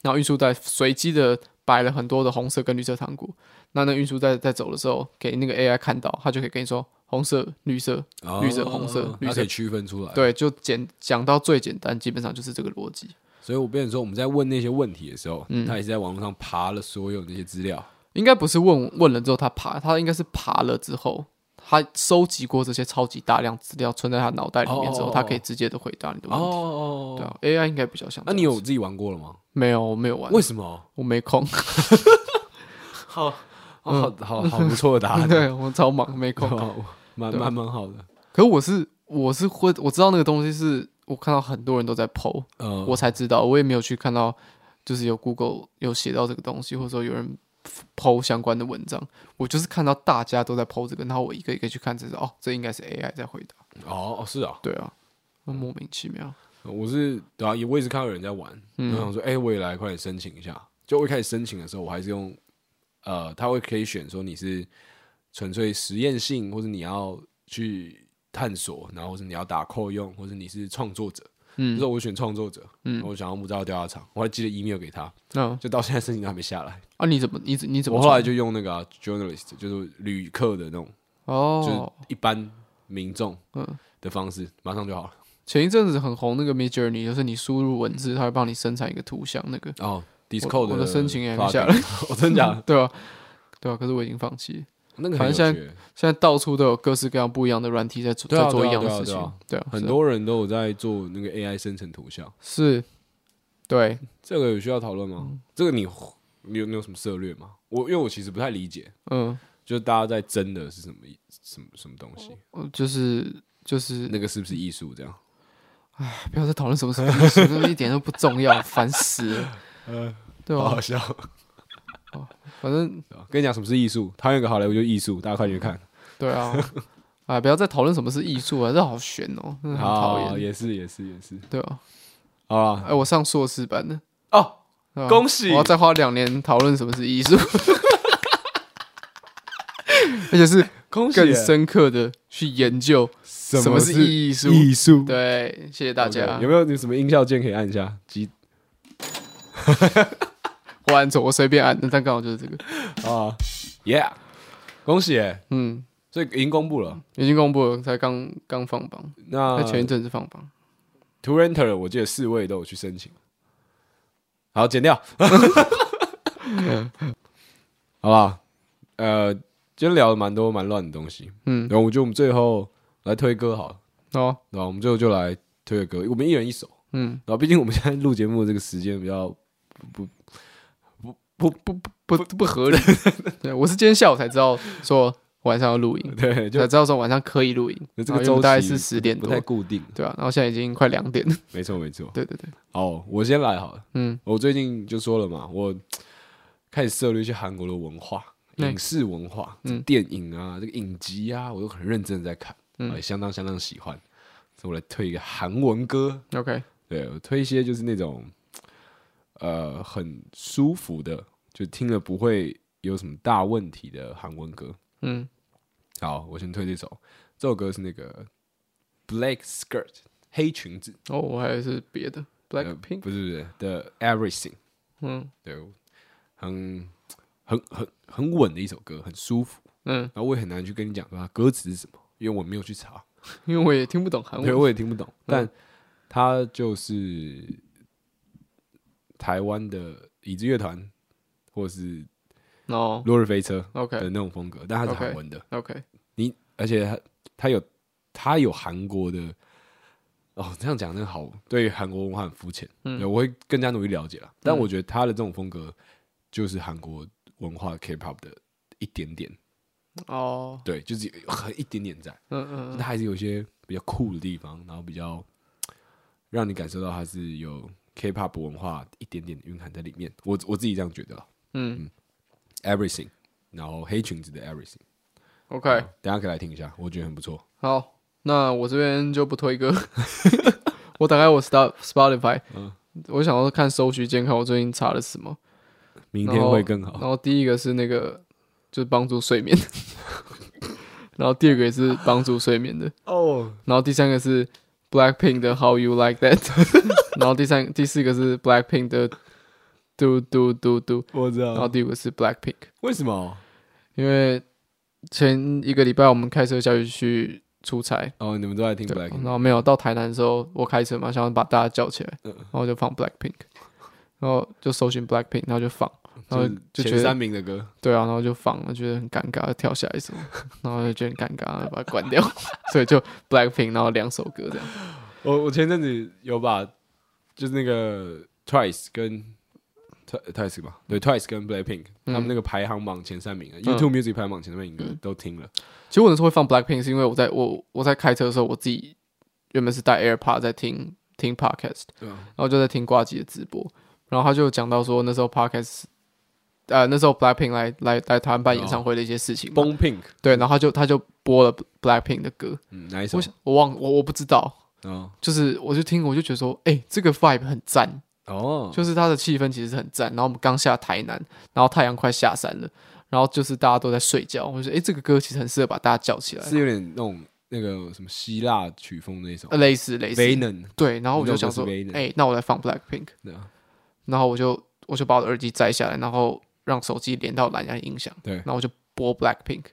A: 然后运输带随机的摆了很多的红色跟绿色糖果，那那运输带在走的时候给那个 AI 看到，他就可以跟你说红色、绿色、绿色、红色
B: 哦、
A: 绿
B: 它
A: 色
B: 可以区分出来。，
A: 对，就简讲到最简单，基本上就是这个逻辑。
B: 所以我变成说，我们在问那些问题的时候，他也是在网络上爬了所有那些资料。
A: 应该不是问问了之后他爬，他应该是爬了之后，他收集过这些超级大量资料存在他脑袋里面之
B: 哦哦
A: 后，
B: 哦
A: 他可以直接的回答你的问题。
B: 哦
A: 对啊，AI 应该比较像这样子。
B: 那你有自己玩过了吗？
A: 没有？我没有玩，
B: 为什么？
A: 我没空。
B: [LAUGHS] 好，好好好不
A: [LAUGHS]
B: 错的答 [LAUGHS] 案，
A: 对我超忙，没
B: [LAUGHS]
A: 空。
B: 哦蛮蛮蛮好的。
A: 可我是我是会我知道那个东西是我看到很多人都在 PO，
B: 呃，
A: 我才知道，我也没有去看到，就是有 Google 有写到这个东西，或者说有人 PO 相关的文章，我就是看到大家都在 PO 这个，然后我一个一个去看，才知道哦，这应该是 AI 在回答。
B: 哦哦是啊，
A: 对啊，那莫名其妙。
B: 我是对啊，也我也是看到有人在玩，
A: 嗯
B: 我想说，哎，我也来，快点申请一下。就我一开始申请的时候，我还是用呃，他会可以选说你是纯粹实验性，或者你要去探索，然后或者你要打扣用，或者你是创作者。那时
A: 嗯
B: 候我选创作者，嗯，我想要木造调查厂，我还寄了 email 给他，
A: 那
B: 就到现在申请都还没下来。
A: 啊，你怎么你你怎么
B: 我后来
A: 传
B: 就用那个、啊、journalist，就是旅客的那种，就是
A: 哦，
B: 一般民众
A: 嗯
B: 的方式，马上就好了。
A: 前一阵子很红那个 Mid Journey，就是你输入文字，它会帮你生产一个图像，那个
B: 哦，Discord
A: 我的申请也没
B: plugin
A: 下来，
B: 我哦真假的？
A: 对啊，对啊，可是我已经放弃了。
B: 那个
A: 反
B: 很有
A: 正
B: 趣欸
A: 现在到处都有各式各样不一样的软体在做
B: 对啊
A: 在做
B: 对
A: 一
B: 啊
A: 样的
B: 对啊
A: 事情
B: 对啊，
A: 对啊，
B: 很
A: 是啊
B: 多人都有在做那个 AI 生成图像，
A: 是，对，
B: 这个有需要讨论
A: 嗯
B: 吗？这个你你有你有什么策略吗？我因为我其实不太理解，
A: 嗯，
B: 就是大家在争的是什么意什么什么东西，
A: 呃就是就是，
B: 那个是不是艺术这样？
A: 不要再讨论什么什么艺术，那一点都不重要，烦死
B: [LAUGHS]
A: 了。
B: 呃
A: 对啊吧？
B: 笑。啊
A: 反正
B: 跟你讲什么是艺术，他有一个好莱坞就是艺术，大家快去看。
A: 对
B: [LAUGHS]
A: 啊，哎，不要再讨论什么是艺术啊，这好悬哦，真的很讨
B: 好
A: 厌。
B: 也是也是也是。
A: 对啊，
B: 好啦，
A: 哎，我上硕士班的，
B: 哦，
A: 对吧
B: 恭
A: 嗯
B: 喜
A: 我要再花两年讨论什么是艺术， [LAUGHS] 而且
B: [LAUGHS]
A: 是
B: 恭喜
A: 更
B: 耶
A: 深刻的去研究
B: 什么
A: 么是艺术
B: 艺术？
A: 对，谢谢大
B: OK，
A: 家
B: 有。没有你什么音效键可以按一下？急
A: 我按错，我随便按的，但刚好就是这个。
B: 啊，Yeah，恭喜耶！
A: 嗯，
B: 所以已经公布了。
A: 已经公布了，才刚刚放榜，
B: 那
A: 在前一阵子放榜。
B: To Renter 我记得四位都有去申请。好，
A: [LAUGHS]
B: 剪掉，好吧？呃，今天聊了蛮多蛮乱的东西，
A: 嗯，
B: 然后我觉得我们最后来推歌好了，
A: 哦，
B: 然后我们最后就来推个歌，我们一人一首。
A: 嗯，
B: 然后毕竟我们现在录节目的这个时间比较不
A: 不不不不不合
B: [LAUGHS]
A: 理。对，我是今天下午才知道说晚上要录音，
B: 对，就
A: 才知道说晚上可以录音。
B: 这
A: 然
B: 个
A: 后
B: 周
A: 大概
B: 期
A: 是十点
B: 不
A: 多，
B: 太固定。
A: 对啊，然后现在已经快两点 [LAUGHS] 了。
B: 没错没错。
A: 对对对，
B: 好，我先来好了。
A: 嗯
B: 我最近就说了嘛，我开始涉猎一些韩国的文化、
A: 对
B: 影视文化、这个电影啊、这个影集啊，我都很认真的在看，
A: 嗯
B: 啊也相当相当喜欢。所以我来推一个韩文歌，
A: ，OK，
B: 对我推一些就是那种呃很舒服的，就听了不会有什么大问题的韩文歌。
A: 嗯，
B: 好，我先推这首，这首歌是那个 Black Skirt 黑裙子
A: 哦，我还是别的
B: 呃
A: Blackpink，
B: 不是不是的 Everything。
A: 嗯
B: 对，很很很很稳的一首歌，很舒服。
A: 嗯，
B: 然后我也很难去跟你讲说它歌词是什么，因为我没有去查，
A: 因为我也听不懂韩
B: 对，
A: 文，
B: 我也听不懂。
A: 嗯
B: [LAUGHS] 但它就是台湾的椅子乐团或是
A: 哦
B: 落日飞车的
A: ，OK
B: 那种风格，但它是韩文的，
A: OK，
B: 而且它它有它有韩国的。哦，这样讲真的好，对于韩国文化很肤浅，
A: 嗯
B: 对我会更加努力了解了。但
A: 嗯
B: 我觉得他的这种风格就是韩国文化 K-pop 的一点点，
A: 哦，
B: 对，就是有很一点点在，
A: 嗯嗯
B: 它还是有一些比较酷的地方，然后比较让你感受到它是有 K-pop 文化一点点的蕴含在里面。我我自己这样觉得啦
A: 嗯
B: ，Everything，然后黑裙子的 Everything，
A: ，OK，
B: 等一下可以来听一下，我觉得很不错。
A: [LAUGHS]
B: 嗯
A: 好，那我这边就不推歌，我打开我 Star Spotify，、我想要看搜寻健康，我最近查了什么？
B: 明
A: 然
B: 天
A: 后
B: 会更好
A: 然。后第一个是那个就是帮助睡眠， [LAUGHS] 然后第二个也是帮助睡眠的，
B: 哦，
A: 然后第三个是 Blackpink 的 How You Like That，然 [LAUGHS] 后第三第四个是 Blackpink 的 Do Do Do Do，
B: 我知
A: 然后
B: 道，
A: 第五个是 Blackpink，
B: 为什么？
A: 因为前一个礼拜我们开车下去去出差，
B: 哦，你们都在听
A: 对，
B: Black，
A: 然后没有到台南的时候，我开车嘛，想要把大家叫起来，然后就放 Blackpink，然后就搜寻 Blackpink，然后就放，然后就
B: 就是
A: 觉
B: 前
A: 得
B: 三名的歌，
A: 对啊，然后就放了，觉得很尴尬，跳下一首，然后就觉得很尴尬，然后把它关掉， [LAUGHS] 所以就 Blackpink，然后两首歌这样。
B: 我我前阵子有把就是那个 Twice 跟 Twi- Twice 吧，对 Twice 跟 Blackpink 他们那个排行榜前三名啊，YouTube Music 排行榜前三名的歌都听了。
A: 其实我那时候会放 Blackpink，是因为我在我我在开车的时候，我自己原本是带 AirPod 在听听 Podcast，
B: 对啊
A: 然后就在听挂机的直播，然后他就讲到说那时候 Podcast，呃，那时候 Blackpink 来来来台湾办演唱会的一些事情嘛，
B: 崩 Pink，
A: 对，然后他就他就播了 Blackpink 的歌，
B: 嗯，哪一首
A: 我？想我忘我我不知道，
B: 哦
A: 就是我就听我就觉得说，哎、这个 vibe 很赞，
B: 哦，
A: 就是它的气氛其实是很赞。然后我们刚下台南，然后太阳快下山了，然后就是大家都在睡觉，我就觉得哎、这个歌其实很适合把大家叫起来，
B: 是有点那种那个什么希腊曲风那一首
A: 呃类似类似
B: v a n o n
A: 对，然后我就
B: 那
A: 想
B: 首歌是
A: 说，
B: Vaynum
A: 哎、那我来放 Blackpink，
B: 对啊
A: 然后我就我就把我的耳机摘下来，然后让手机连到蓝牙音响，
B: 对
A: 然后我就播 Blackpink，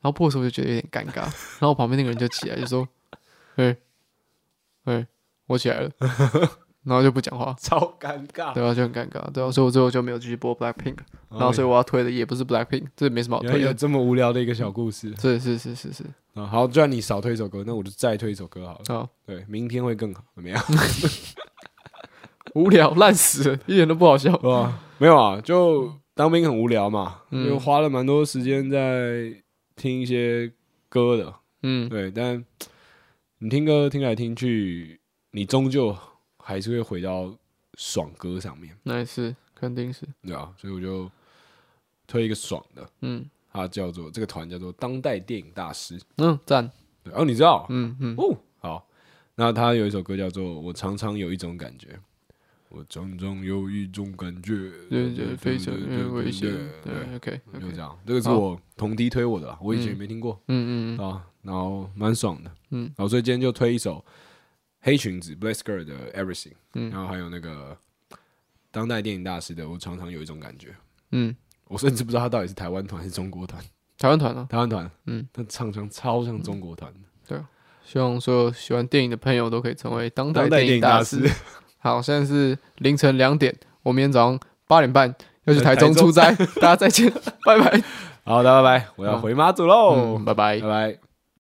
A: 然后播的时候我就觉得有点尴
B: [LAUGHS]
A: 尬，然后我旁边那个人就起来就说，哎、哎、我起
B: [LAUGHS]
A: 来了，然后就不讲话，
B: 超尴尬。
A: 对啊，就很尴尬，对啊，所以我最后就没有继续播 Blackpink，然后所以我要推的也不是 Blackpink，这没什么好
B: 哦原来
A: 推
B: 有
A: 的，
B: 这么无聊的一个小故事
A: 是是是是是，
B: 啊！好，就算你少推一首歌，那我就再推一首歌好了。
A: 啊，
B: 对，明天会更好，怎
A: [LAUGHS]
B: 么样？
A: 无聊烂死了，一点都不好笑，
B: 哇， [LAUGHS] 没有啊，就当兵很无聊嘛，
A: 嗯
B: 就花了蛮多时间在听一些歌的。
A: 嗯，
B: 对，但你听歌听来听去，你终究还是会回到爽歌上面，
A: 那也是，肯定是，
B: 对啊，所以我就推一个爽的，
A: 嗯
B: 它叫做这个团叫做当代电影大师。
A: 嗯，赞，
B: 对，哦，你知道，
A: 嗯嗯。
B: 哦，好，那他有一首歌叫做《我常常有一种感觉》，我常常有一种感觉，
A: 对对，非常嗯危险。
B: 对，
A: 对，OK
B: 就
A: OK，
B: 这样。这个是
A: 好
B: 我同弟推我的啊，我以前没听过
A: 嗯嗯嗯，
B: 啊，然后蛮爽的，
A: 嗯，
B: 然后所以今天就推一首黑裙子 Black Girl 的 Everything，
A: 嗯
B: 然后还有那个当代电影大师的，我常常有一种感觉。
A: 嗯，
B: 我甚至不知道他到底是台湾团还是中国团，
A: 台湾团啊，
B: 台湾团，
A: 嗯，
B: 他唱腔超像中国团的，
A: 希望所有喜欢电影的朋友都可以成为当代
B: 当代
A: 电
B: 电
A: 影
B: 影
A: 大
B: 大
A: 师
B: 师。
A: [LAUGHS] 好，现在是凌晨两点，我明天早上八点半要去台
B: 台
A: 中
B: 中
A: 出差，大家再见，拜拜，
B: 好的，拜拜，我要回妈祖喽，
A: 嗯拜拜
B: 拜。拜。